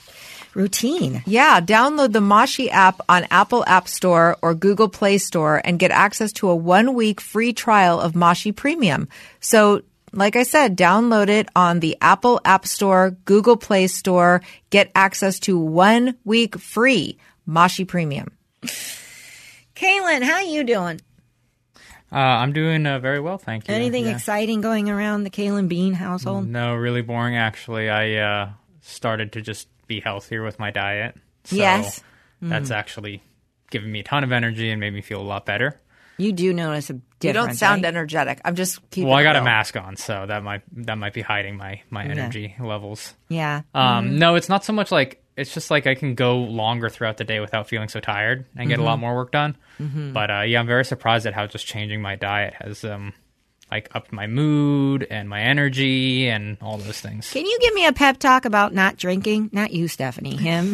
[SPEAKER 3] routine.
[SPEAKER 2] Yeah, download the Moshi app on Apple App Store or Google Play Store and get access to a one week free trial of Moshi Premium. So, like I said, download it on the Apple App Store, Google Play Store. Get access to one week free Moshi Premium.
[SPEAKER 3] Kaylin, how you doing?
[SPEAKER 6] Uh, I'm doing uh, very well, thank you.
[SPEAKER 3] Anything
[SPEAKER 6] Yeah. Mm.
[SPEAKER 3] exciting going around the Kaylin Bean household?
[SPEAKER 6] No, really boring actually. I uh, started to just be healthier with my diet. So
[SPEAKER 2] Yes.
[SPEAKER 3] Mm-hmm.
[SPEAKER 6] That's actually given me a ton of energy and made me feel a lot better.
[SPEAKER 3] You do notice a difference.
[SPEAKER 2] You don't sound
[SPEAKER 3] right?
[SPEAKER 2] energetic. I'm just keeping
[SPEAKER 6] Well, I got
[SPEAKER 2] it
[SPEAKER 6] a
[SPEAKER 2] real.
[SPEAKER 6] mask on, so that might that might be hiding my my energy levels.
[SPEAKER 3] Yeah.
[SPEAKER 6] Um, No, it's not so much like it's just like I can go longer throughout the day without feeling so tired and get a lot more work done. But uh, yeah, I'm very surprised at how just changing my diet has um, like upped my mood and my energy and all those things.
[SPEAKER 3] Can you give me a pep talk about not drinking? Not you, Stephanie. Him.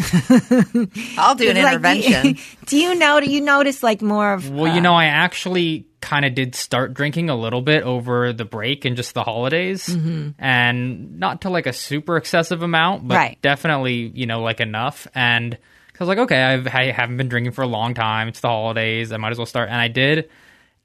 [SPEAKER 2] I'll do an
[SPEAKER 3] Like, do you-
[SPEAKER 2] intervention.
[SPEAKER 3] Do you know? Do you notice like more of?
[SPEAKER 6] Well, you know, I actually kind of did start drinking a little bit over the break and just the holidays,
[SPEAKER 3] Mm-hmm.
[SPEAKER 6] and not to like a super excessive amount, but
[SPEAKER 3] Right.
[SPEAKER 6] definitely you know like enough. And 'cause I was like, okay, I've, I haven't been drinking for a long time. It's the holidays. I might as well start, and I did.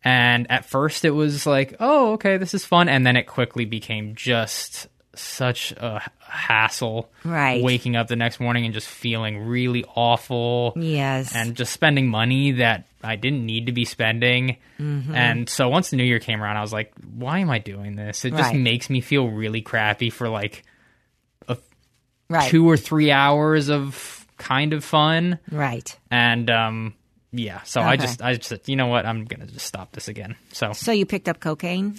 [SPEAKER 6] And at first, it was like, oh, okay, this is fun, and then it quickly became just such a h- hassle.
[SPEAKER 3] Right.
[SPEAKER 6] waking up the next morning and just feeling really awful
[SPEAKER 3] Yes.
[SPEAKER 6] and just spending money that I didn't need to be spending.
[SPEAKER 3] Mm-hmm.
[SPEAKER 6] And so once the new year came around, I was like, why am I doing this? It just
[SPEAKER 3] Right.
[SPEAKER 6] makes me feel really crappy for like
[SPEAKER 3] right.
[SPEAKER 6] two or three hours of kind of fun.
[SPEAKER 3] right.
[SPEAKER 6] And um, yeah, so I
[SPEAKER 3] Okay.
[SPEAKER 6] just, I just, said, you know what? I'm going to just stop this again. So
[SPEAKER 3] So you picked up cocaine?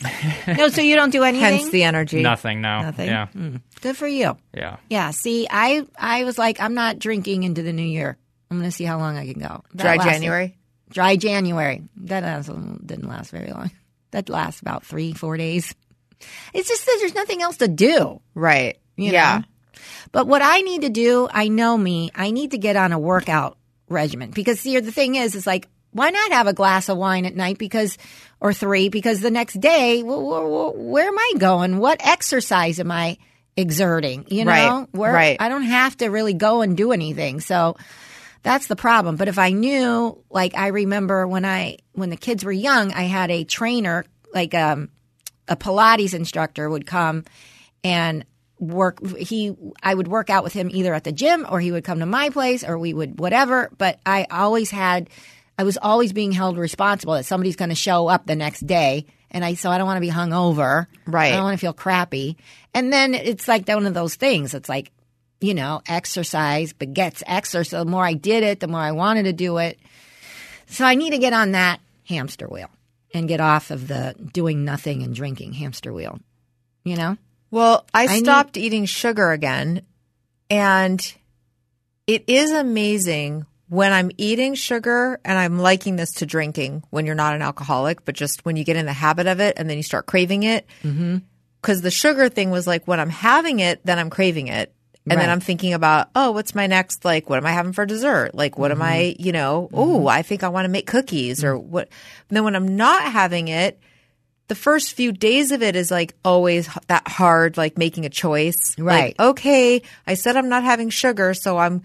[SPEAKER 3] no, so you don't do anything.
[SPEAKER 2] Hence the energy.
[SPEAKER 6] nothing, no.
[SPEAKER 3] Nothing? Hmm.
[SPEAKER 6] Yeah.
[SPEAKER 3] Good for you.
[SPEAKER 6] Yeah.
[SPEAKER 3] Yeah. See, I I was like, I'm not drinking into the new year. I'm going to see how long I can go. That
[SPEAKER 2] Dry
[SPEAKER 3] lasted-
[SPEAKER 2] January.
[SPEAKER 3] Dry January. That also didn't last very long. That lasts about three, four days. It's just that there's nothing else to do.
[SPEAKER 2] Right.
[SPEAKER 3] You
[SPEAKER 2] yeah.
[SPEAKER 3] know? But what I need to do, I know me, I need to get on a workout regimen because see, the thing is, is like, why not have a glass of wine at night because, or three, because the next day, wh- wh- wh- where am I going? What exercise am I exerting? You know,
[SPEAKER 2] Right,
[SPEAKER 3] Where-
[SPEAKER 2] right.
[SPEAKER 3] I don't have to really go and do anything. So that's the problem. But if I knew, like, I remember when I, when the kids were young, I had a trainer, like, um, a Pilates instructor would come and work he I would work out with him either at the gym or he would come to my place or we would whatever but I always had I was always being held responsible that somebody's going to show up the next day and I so I don't want to be hung over
[SPEAKER 2] Right.
[SPEAKER 3] I don't want to feel crappy and then it's like one of those things it's like you know exercise begets exercise the more I did it the more I wanted to do it so I need to get on that hamster wheel and get off of the doing nothing and drinking hamster wheel. You know?
[SPEAKER 2] Well, I
[SPEAKER 3] I need-
[SPEAKER 2] stopped eating sugar again, and it is amazing when I'm eating sugar, and I'm liking this to drinking when you're not an alcoholic, but just when you get in the habit of it and then you start craving it. Because the sugar thing was like, when I'm having it, then I'm craving it. And then
[SPEAKER 3] Right.
[SPEAKER 2] I'm thinking about, oh, what's my next? Like, what am I having for dessert? Like, what am I,
[SPEAKER 3] Mm-hmm.
[SPEAKER 2] you know, oh, I think I want to make cookies
[SPEAKER 3] Mm.
[SPEAKER 2] or what. And then when I'm not having it, the first few days of it is like always h- that hard, like making a choice. Like,
[SPEAKER 3] Right.
[SPEAKER 2] okay, I said I'm not having sugar, so I'm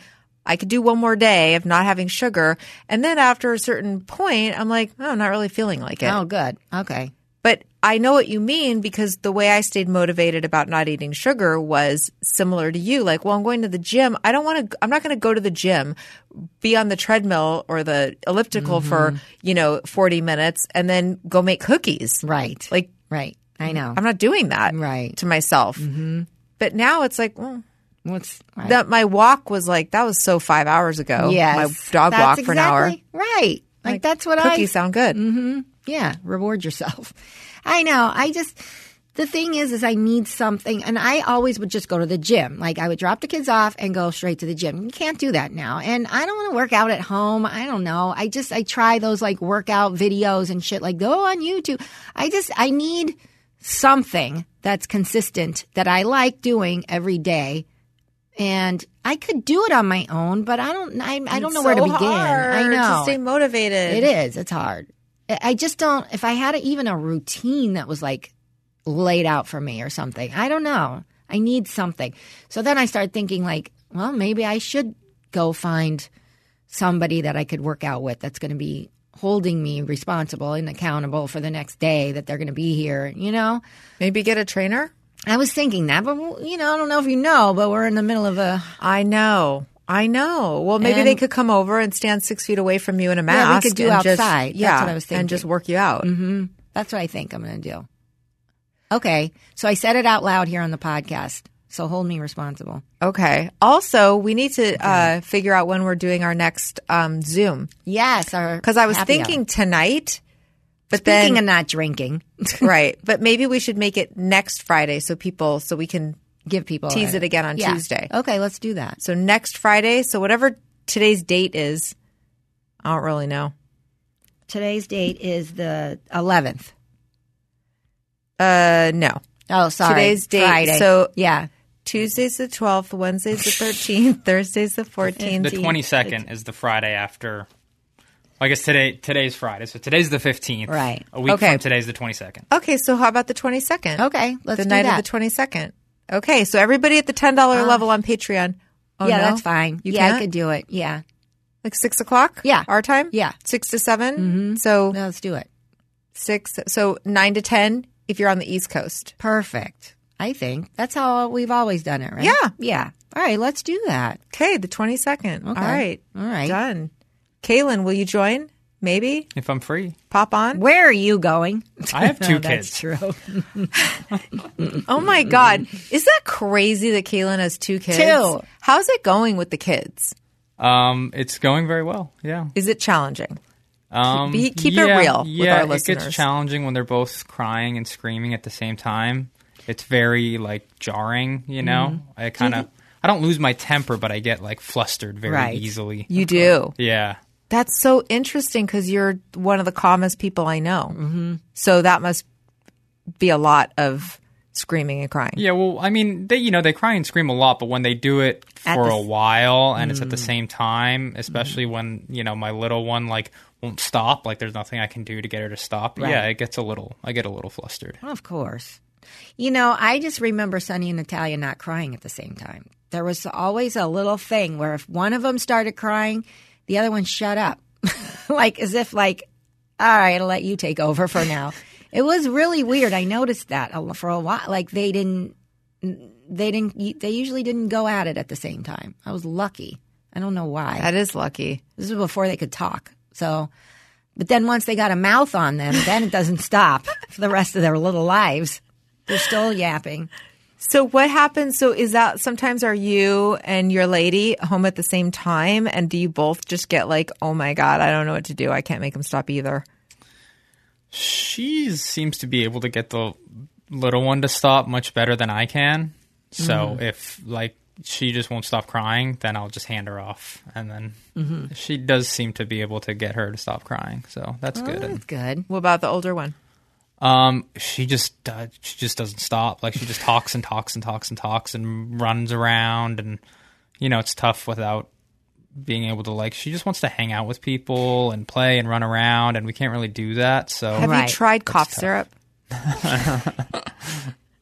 [SPEAKER 2] I could do one more day of not having sugar, and then after a certain point, I'm like, oh, I'm not really feeling like it.
[SPEAKER 3] Oh, good. Okay.
[SPEAKER 2] But I know what you mean because the way I stayed motivated about not eating sugar was similar to you. Like, well, I'm going to the gym. I don't want to, I'm not going to go to the gym, be on the treadmill or the elliptical
[SPEAKER 3] Mm-hmm.
[SPEAKER 2] for, you know, 40 minutes and then go make cookies.
[SPEAKER 3] Right.
[SPEAKER 2] Like,
[SPEAKER 3] right. I know.
[SPEAKER 2] I'm not doing that
[SPEAKER 3] Right.
[SPEAKER 2] to myself. But now it's like, well,
[SPEAKER 3] What's right.
[SPEAKER 2] that my walk was like, that was so five hours ago.
[SPEAKER 3] Yes.
[SPEAKER 2] My dog
[SPEAKER 3] That's
[SPEAKER 2] walk for an hour.
[SPEAKER 3] exactly Right. Like, that's what I Mm-hmm.
[SPEAKER 2] Cookies sound good.
[SPEAKER 3] yeah, reward yourself. I know. I just the thing is is I need something and I always would just go to the gym. Like I would drop the kids off and go straight to the gym. You can't do that now. And I don't want to work out at home. I don't know. I just I try those like workout videos and shit like go on YouTube. I just I need something that's consistent that I like doing every day. And I could do it on my own, but I don't. I, I don't know where to
[SPEAKER 2] So
[SPEAKER 3] begin. I
[SPEAKER 2] hard
[SPEAKER 3] know
[SPEAKER 2] To stay motivated.
[SPEAKER 3] it is. It's hard. I- I just don't. If I had even a routine that was like laid out for me or something, I don't know. I need something. So then I started thinking, like, well, maybe I should go find somebody that I could work out with that's going to be holding me responsible and accountable for the next day that they're going to be here, you know?
[SPEAKER 2] Maybe get a trainer.
[SPEAKER 3] I was thinking that, but, you know, I don't know if you know, but we're in the middle of a
[SPEAKER 2] I know. I know. Well, maybe they
[SPEAKER 3] And-
[SPEAKER 2] could come over and stand six feet away from you in a mask.
[SPEAKER 3] Yeah, we could do
[SPEAKER 2] and just-
[SPEAKER 3] outside. That's
[SPEAKER 2] yeah,
[SPEAKER 3] what I was
[SPEAKER 2] And just
[SPEAKER 3] thinking. Mm-hmm.
[SPEAKER 2] work you out.
[SPEAKER 3] That's what I think I'm going to do. Okay. So I said it out loud here on the podcast. So hold me responsible.
[SPEAKER 2] Okay. Also, we need to uh, figure out when we're doing our next um, Zoom
[SPEAKER 3] Yes.
[SPEAKER 2] because I was thinking tonight, but
[SPEAKER 3] Speaking
[SPEAKER 2] then
[SPEAKER 3] of not drinking,
[SPEAKER 2] right. But maybe we should make it next Friday so people so we can
[SPEAKER 3] give people
[SPEAKER 2] Tease it again on
[SPEAKER 3] Yeah.
[SPEAKER 2] Tuesday.
[SPEAKER 3] Okay. Let's do that.
[SPEAKER 2] so next Friday. So whatever today's date is, I don't really know.
[SPEAKER 3] Today's date is the 11th.
[SPEAKER 2] Uh, no.
[SPEAKER 3] Oh, sorry.
[SPEAKER 2] Today's date,
[SPEAKER 3] Friday.
[SPEAKER 2] so-
[SPEAKER 3] yeah.
[SPEAKER 2] Tuesday's the 12th, Wednesday's the 13th, Thursday's the 14th.
[SPEAKER 6] The twenty second is the Friday after. I guess today today's Friday, so today's the fifteenth.
[SPEAKER 3] Right.
[SPEAKER 6] A week
[SPEAKER 2] Okay.
[SPEAKER 6] from today's the twenty second.
[SPEAKER 2] Okay, so how about the 22nd?
[SPEAKER 3] Okay. Let's
[SPEAKER 2] the
[SPEAKER 3] do
[SPEAKER 2] night
[SPEAKER 3] that. Ah.
[SPEAKER 2] of the 22nd. Okay, so everybody at the $10 level on Patreon. Oh,
[SPEAKER 3] yeah.
[SPEAKER 2] no?
[SPEAKER 3] That's fine.
[SPEAKER 2] You
[SPEAKER 3] yeah.
[SPEAKER 2] can't?
[SPEAKER 3] I could do it. Yeah.
[SPEAKER 2] Like 6 o'clock?
[SPEAKER 3] Yeah.
[SPEAKER 2] Our time?
[SPEAKER 3] Yeah. Mm-hmm.
[SPEAKER 2] 6 to 7? So
[SPEAKER 3] No, let's do it.
[SPEAKER 2] 6, so 9 to 10 if you're on the East Coast.
[SPEAKER 3] Perfect. I think that's how we've always done it, right?
[SPEAKER 2] Yeah.
[SPEAKER 3] Yeah. All right. Let's do that.
[SPEAKER 2] Okay, the 22nd. All
[SPEAKER 3] Okay.
[SPEAKER 2] right.
[SPEAKER 3] All right.
[SPEAKER 2] Done. Kaylin, will you join? Maybe?
[SPEAKER 6] If I'm free,
[SPEAKER 2] Pop on?
[SPEAKER 3] Where are you going?
[SPEAKER 6] I have two
[SPEAKER 3] No, That's
[SPEAKER 6] kids.
[SPEAKER 3] true.
[SPEAKER 2] Oh my God. Is that crazy that Kaylin has two kids?
[SPEAKER 3] Two.
[SPEAKER 2] How's it going with the kids?
[SPEAKER 6] Um, it's going very well. Yeah.
[SPEAKER 2] Is it challenging?
[SPEAKER 6] Um,
[SPEAKER 2] Be- keep it
[SPEAKER 6] yeah,
[SPEAKER 2] real with
[SPEAKER 6] yeah,
[SPEAKER 2] our
[SPEAKER 6] It
[SPEAKER 2] listeners.
[SPEAKER 6] gets challenging when they're both crying and screaming at the same time. It's very like jarring, you know.
[SPEAKER 2] Mm-hmm.
[SPEAKER 6] I kind of I don't lose my temper, but I get like flustered very
[SPEAKER 3] Right.
[SPEAKER 6] easily.
[SPEAKER 2] You do.
[SPEAKER 6] Yeah.
[SPEAKER 2] That's so interesting because you're one of the calmest people I know. Mm-hmm. So that must be a lot of screaming and crying.
[SPEAKER 6] Yeah, well, I mean, they you know they cry and scream a lot, but when they do it
[SPEAKER 3] At
[SPEAKER 6] for
[SPEAKER 3] the
[SPEAKER 6] a
[SPEAKER 3] s-
[SPEAKER 6] while and it's at the
[SPEAKER 2] Mm.
[SPEAKER 6] same time,
[SPEAKER 2] Mm-hmm.
[SPEAKER 6] especially when you know my little one like won't stop, like there's nothing I can do to get her to stop. Yeah, it gets a little, I get a little flustered.
[SPEAKER 3] Of course. You know, I just remember Sonny and Natalia not crying at the same time. There was always a little thing where if one of them started crying, the other one shut up. like as if like, all right, I'll let you take over for now. it was really weird. I noticed that a- for a while. Like they didn't they didn't they usually didn't go at it at the same time. I was lucky. I don't know why.
[SPEAKER 2] That is lucky.
[SPEAKER 3] This was before they could talk. So, but then once they got a mouth on them, then it doesn't stop for the rest of their little lives. They're still yapping.
[SPEAKER 2] So what happens? So is that sometimes are you and your lady home at the same time, and do you both just get like, oh my god, I don't know what to do. I can't make them stop either.
[SPEAKER 6] She seems to be able to get the little one to stop much better than I can. So if like she just won't stop crying, then I'll just hand her off. And then she does seem to be able to get her to stop crying. So that's good. And,
[SPEAKER 3] That's good.
[SPEAKER 2] What about the older one?
[SPEAKER 6] um, she just uh, she just doesn't stop. Like she just talks and talks and talks and talks and runs around, and you know it's tough without being able to like. She just wants to hang out with people and play and run around, and we can't really do that. So
[SPEAKER 2] Have
[SPEAKER 3] Right.
[SPEAKER 2] you tried cough syrup?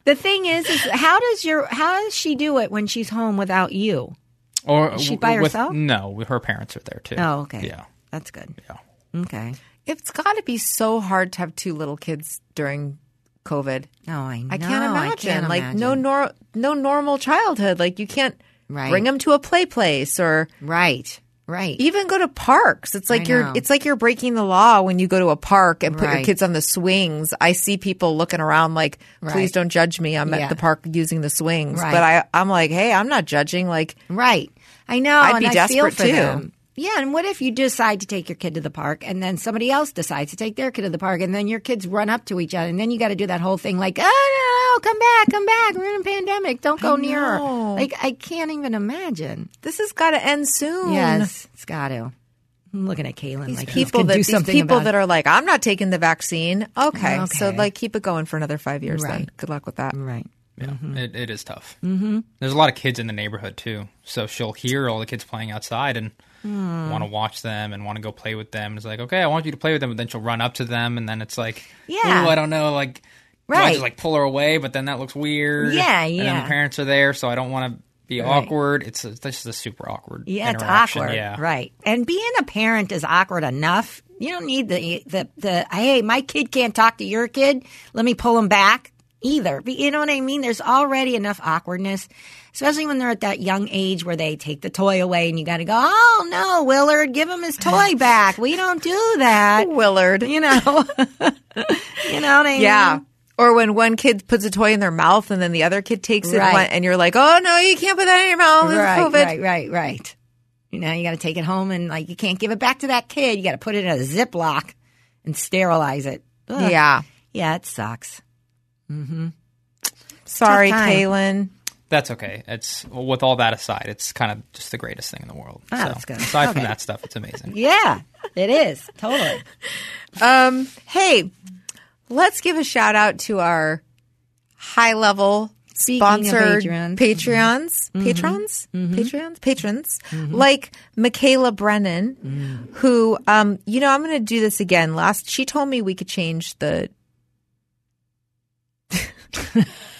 [SPEAKER 3] The thing is, is how does your how does she do it when she's home without you?
[SPEAKER 6] or
[SPEAKER 3] she
[SPEAKER 6] w-
[SPEAKER 3] by
[SPEAKER 6] with-
[SPEAKER 3] herself?
[SPEAKER 6] No, her parents are there too.
[SPEAKER 3] Oh, okay.
[SPEAKER 6] Yeah.
[SPEAKER 3] That's good.
[SPEAKER 6] Yeah.
[SPEAKER 3] Okay.
[SPEAKER 2] It's got to be so hard to have two little kids during COVID.
[SPEAKER 3] Oh, I know.
[SPEAKER 2] I can't imagine.
[SPEAKER 3] can't
[SPEAKER 2] like no
[SPEAKER 3] imagine.
[SPEAKER 2] nor- no normal childhood. Like you can't
[SPEAKER 3] Right.
[SPEAKER 2] bring them to a play place or
[SPEAKER 3] Right. Right.
[SPEAKER 2] even go to parks. It's like
[SPEAKER 3] I
[SPEAKER 2] you're
[SPEAKER 3] know.
[SPEAKER 2] it's like you're breaking the law when you go to a park and put your
[SPEAKER 3] Right.
[SPEAKER 2] kids on the swings. I see people looking around like, please
[SPEAKER 3] Right.
[SPEAKER 2] don't judge me. I'm
[SPEAKER 3] Yeah.
[SPEAKER 2] at the park using the swings,
[SPEAKER 3] Right.
[SPEAKER 2] but I I'm like, hey, I'm not judging. Like
[SPEAKER 3] Right. I know.
[SPEAKER 2] I'd
[SPEAKER 3] and
[SPEAKER 2] be
[SPEAKER 3] I feel
[SPEAKER 2] desperate,
[SPEAKER 3] for
[SPEAKER 2] too.
[SPEAKER 3] Them. Yeah, and what if you decide to take your kid to the park and then somebody else decides to take their kid to the park and then your kids run up to each other and then you got to do that whole thing like, oh no, come back, come back, we're in a pandemic, don't go near her.
[SPEAKER 2] know.
[SPEAKER 3] Like, I can't even imagine.
[SPEAKER 2] this has got to end soon.
[SPEAKER 3] Yes, it's got to. I'm looking at Kaylin
[SPEAKER 2] These
[SPEAKER 3] like "Let's
[SPEAKER 2] people
[SPEAKER 3] get-
[SPEAKER 2] that
[SPEAKER 3] do
[SPEAKER 2] these
[SPEAKER 3] something
[SPEAKER 2] people
[SPEAKER 3] about
[SPEAKER 2] that are like, I'm not taking the vaccine. Okay, so
[SPEAKER 3] Okay.
[SPEAKER 2] like keep it going for another five years. Then
[SPEAKER 3] Right.
[SPEAKER 2] good luck with that.
[SPEAKER 3] it." right.
[SPEAKER 6] Yeah, it, it is tough. Mm-hmm. There's a lot of kids in the neighborhood too, so she'll hear all the kids playing outside and
[SPEAKER 3] Hmm.
[SPEAKER 6] want to watch them and want to go play with them. It's like, okay, I want you to play with them, but then she'll run up to them, and then it's like,
[SPEAKER 3] Yeah.
[SPEAKER 6] ooh, I don't know, like, do I
[SPEAKER 3] Right.
[SPEAKER 6] just like pull her away, but then that looks weird.
[SPEAKER 3] Yeah,
[SPEAKER 6] And then
[SPEAKER 3] yeah.
[SPEAKER 6] the parents are there, so I don't want to be awkward. It's a, this is a super awkward.
[SPEAKER 3] Yeah, it's
[SPEAKER 6] interaction.
[SPEAKER 3] awkward.
[SPEAKER 6] Yeah,
[SPEAKER 3] Right. And being a parent is awkward enough. You don't need the, the, the, hey, my kid can't talk to your kid. Let me pull him back either. But you know what I mean? There's already enough awkwardness, especially when they're at that young age where they take the toy away and you got to go, oh, no, Willard, give him his toy back. We don't do that.
[SPEAKER 2] Willard,
[SPEAKER 3] You know, you know what I mean?
[SPEAKER 2] Yeah. Or when one kid puts a toy in their mouth and then the other kid takes it and,
[SPEAKER 3] Right.
[SPEAKER 2] one- and you're like, oh no, you can't put that in your mouth. It's
[SPEAKER 3] right,
[SPEAKER 2] COVID.
[SPEAKER 3] right, right, right. You know, you got to take it home and like you can't give it back to that kid. You got to put it in a Ziploc and sterilize it. Ugh.
[SPEAKER 2] Yeah.
[SPEAKER 3] yeah, it sucks.
[SPEAKER 2] Sorry,
[SPEAKER 3] Tough time.
[SPEAKER 2] Kaylin.
[SPEAKER 6] that's okay. It's well, with all that aside, it's kind of just the greatest thing in the world.
[SPEAKER 3] Ah,
[SPEAKER 6] so,
[SPEAKER 3] that's good.
[SPEAKER 6] Aside from that stuff, it's amazing.
[SPEAKER 3] Yeah, it is totally.
[SPEAKER 2] Um, hey, let's give a shout out to our high level
[SPEAKER 3] of
[SPEAKER 2] sponsored
[SPEAKER 3] Patreons. Mm-hmm.
[SPEAKER 2] Patreons, patrons, Patreons, patrons, like Michaela Brennan,
[SPEAKER 3] Mm.
[SPEAKER 2] who, um, you know, I'm going to do this again. Last, she told me we could change the.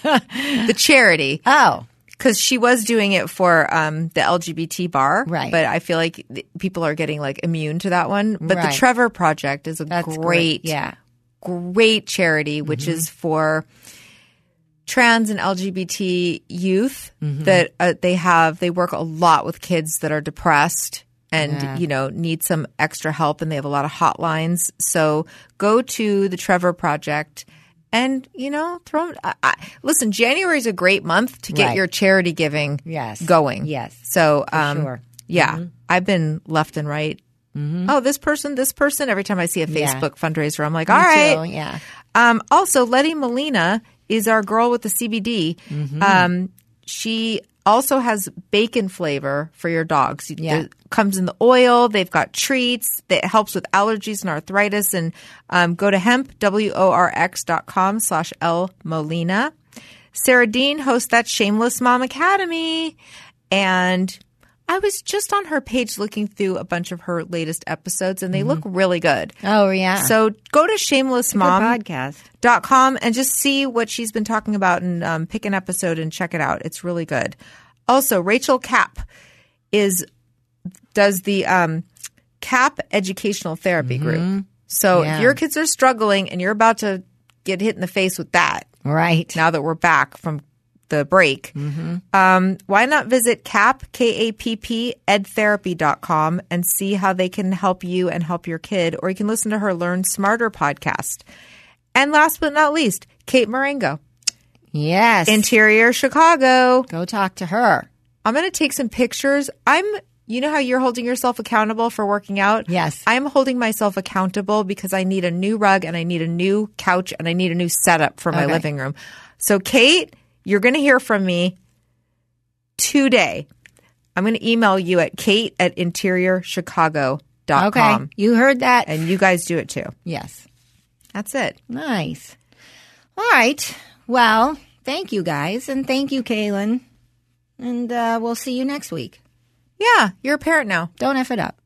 [SPEAKER 2] the charity
[SPEAKER 3] Oh,
[SPEAKER 2] because she was doing it for um, the LGBT bar,
[SPEAKER 3] Right.
[SPEAKER 2] But I feel like th- people are getting like immune to that one. But
[SPEAKER 3] Right.
[SPEAKER 2] the Trevor Project is a
[SPEAKER 3] that's
[SPEAKER 2] great,
[SPEAKER 3] great. Yeah,
[SPEAKER 2] great charity, which
[SPEAKER 3] Mm-hmm.
[SPEAKER 2] is for trans and LGBT youth
[SPEAKER 3] Mm-hmm.
[SPEAKER 2] that uh, they have. They work a lot with kids that are depressed and you know need some extra help, and they have a lot of hotlines. So go to the Trevor Project. And you know, throw. I, I, listen, January is a great month to get
[SPEAKER 3] Right.
[SPEAKER 2] your charity giving
[SPEAKER 3] Yes.
[SPEAKER 2] going.
[SPEAKER 3] Yes.
[SPEAKER 2] So um,
[SPEAKER 3] sure. Mm-hmm.
[SPEAKER 2] yeah, I've been left and right. Oh, this person, this person. Every time I see a Facebook
[SPEAKER 3] Yeah.
[SPEAKER 2] fundraiser, I'm like, all right.
[SPEAKER 3] So, yeah,
[SPEAKER 2] Um, also, Letty Molina is our girl with the CBD.
[SPEAKER 3] Mm-hmm.
[SPEAKER 2] Um, she also has bacon flavor for your dogs. You-
[SPEAKER 3] Yeah.
[SPEAKER 2] It comes in the oil. They've got treats that helps with allergies and arthritis. And um, go to hemp, W-O-R-X dot com slash L Molina. Sarah Dean hosts that Shameless Mom Academy. And I was just on her page looking through a bunch of her latest episodes and they look really good.
[SPEAKER 3] Mm-hmm. Oh, yeah.
[SPEAKER 2] So go to Shameless
[SPEAKER 3] Good
[SPEAKER 2] Mom
[SPEAKER 3] podcast.
[SPEAKER 2] dot com and just see what she's been talking about and um, pick an episode and check it out. It's really good. Also, Rachel Cap is does the um, Cap Educational Therapy Group. So
[SPEAKER 3] Yeah.
[SPEAKER 2] if your kids are struggling and you're about to get hit in the face with that,
[SPEAKER 3] Right.
[SPEAKER 2] now that we're back from the break, um, why not visit cap, K-A-P-P, edtherapy.com and see how they can help you and help your kid, or you can listen to her Learn Smarter podcast. And last but not least, Kate Marengo,
[SPEAKER 3] Yes.
[SPEAKER 2] Interior Chicago.
[SPEAKER 3] go talk to her.
[SPEAKER 2] I'm going to take some pictures. I'm, you know how you're holding yourself accountable for working out?
[SPEAKER 3] Yes.
[SPEAKER 2] I'm holding myself accountable because I need a new rug and I need a new couch and I need a new setup for my
[SPEAKER 3] Okay.
[SPEAKER 2] living room. So, Kate, you're going to hear from me today. I'm going to email you at kate at interiorchicago.com.
[SPEAKER 3] Okay. You heard that.
[SPEAKER 2] And you guys do it too.
[SPEAKER 3] yes.
[SPEAKER 2] That's it.
[SPEAKER 3] Nice. All right. Well, thank you guys. And thank you, Kaylin. And uh, we'll see you next week.
[SPEAKER 2] Yeah, you're a parent now.
[SPEAKER 3] Don't F it up.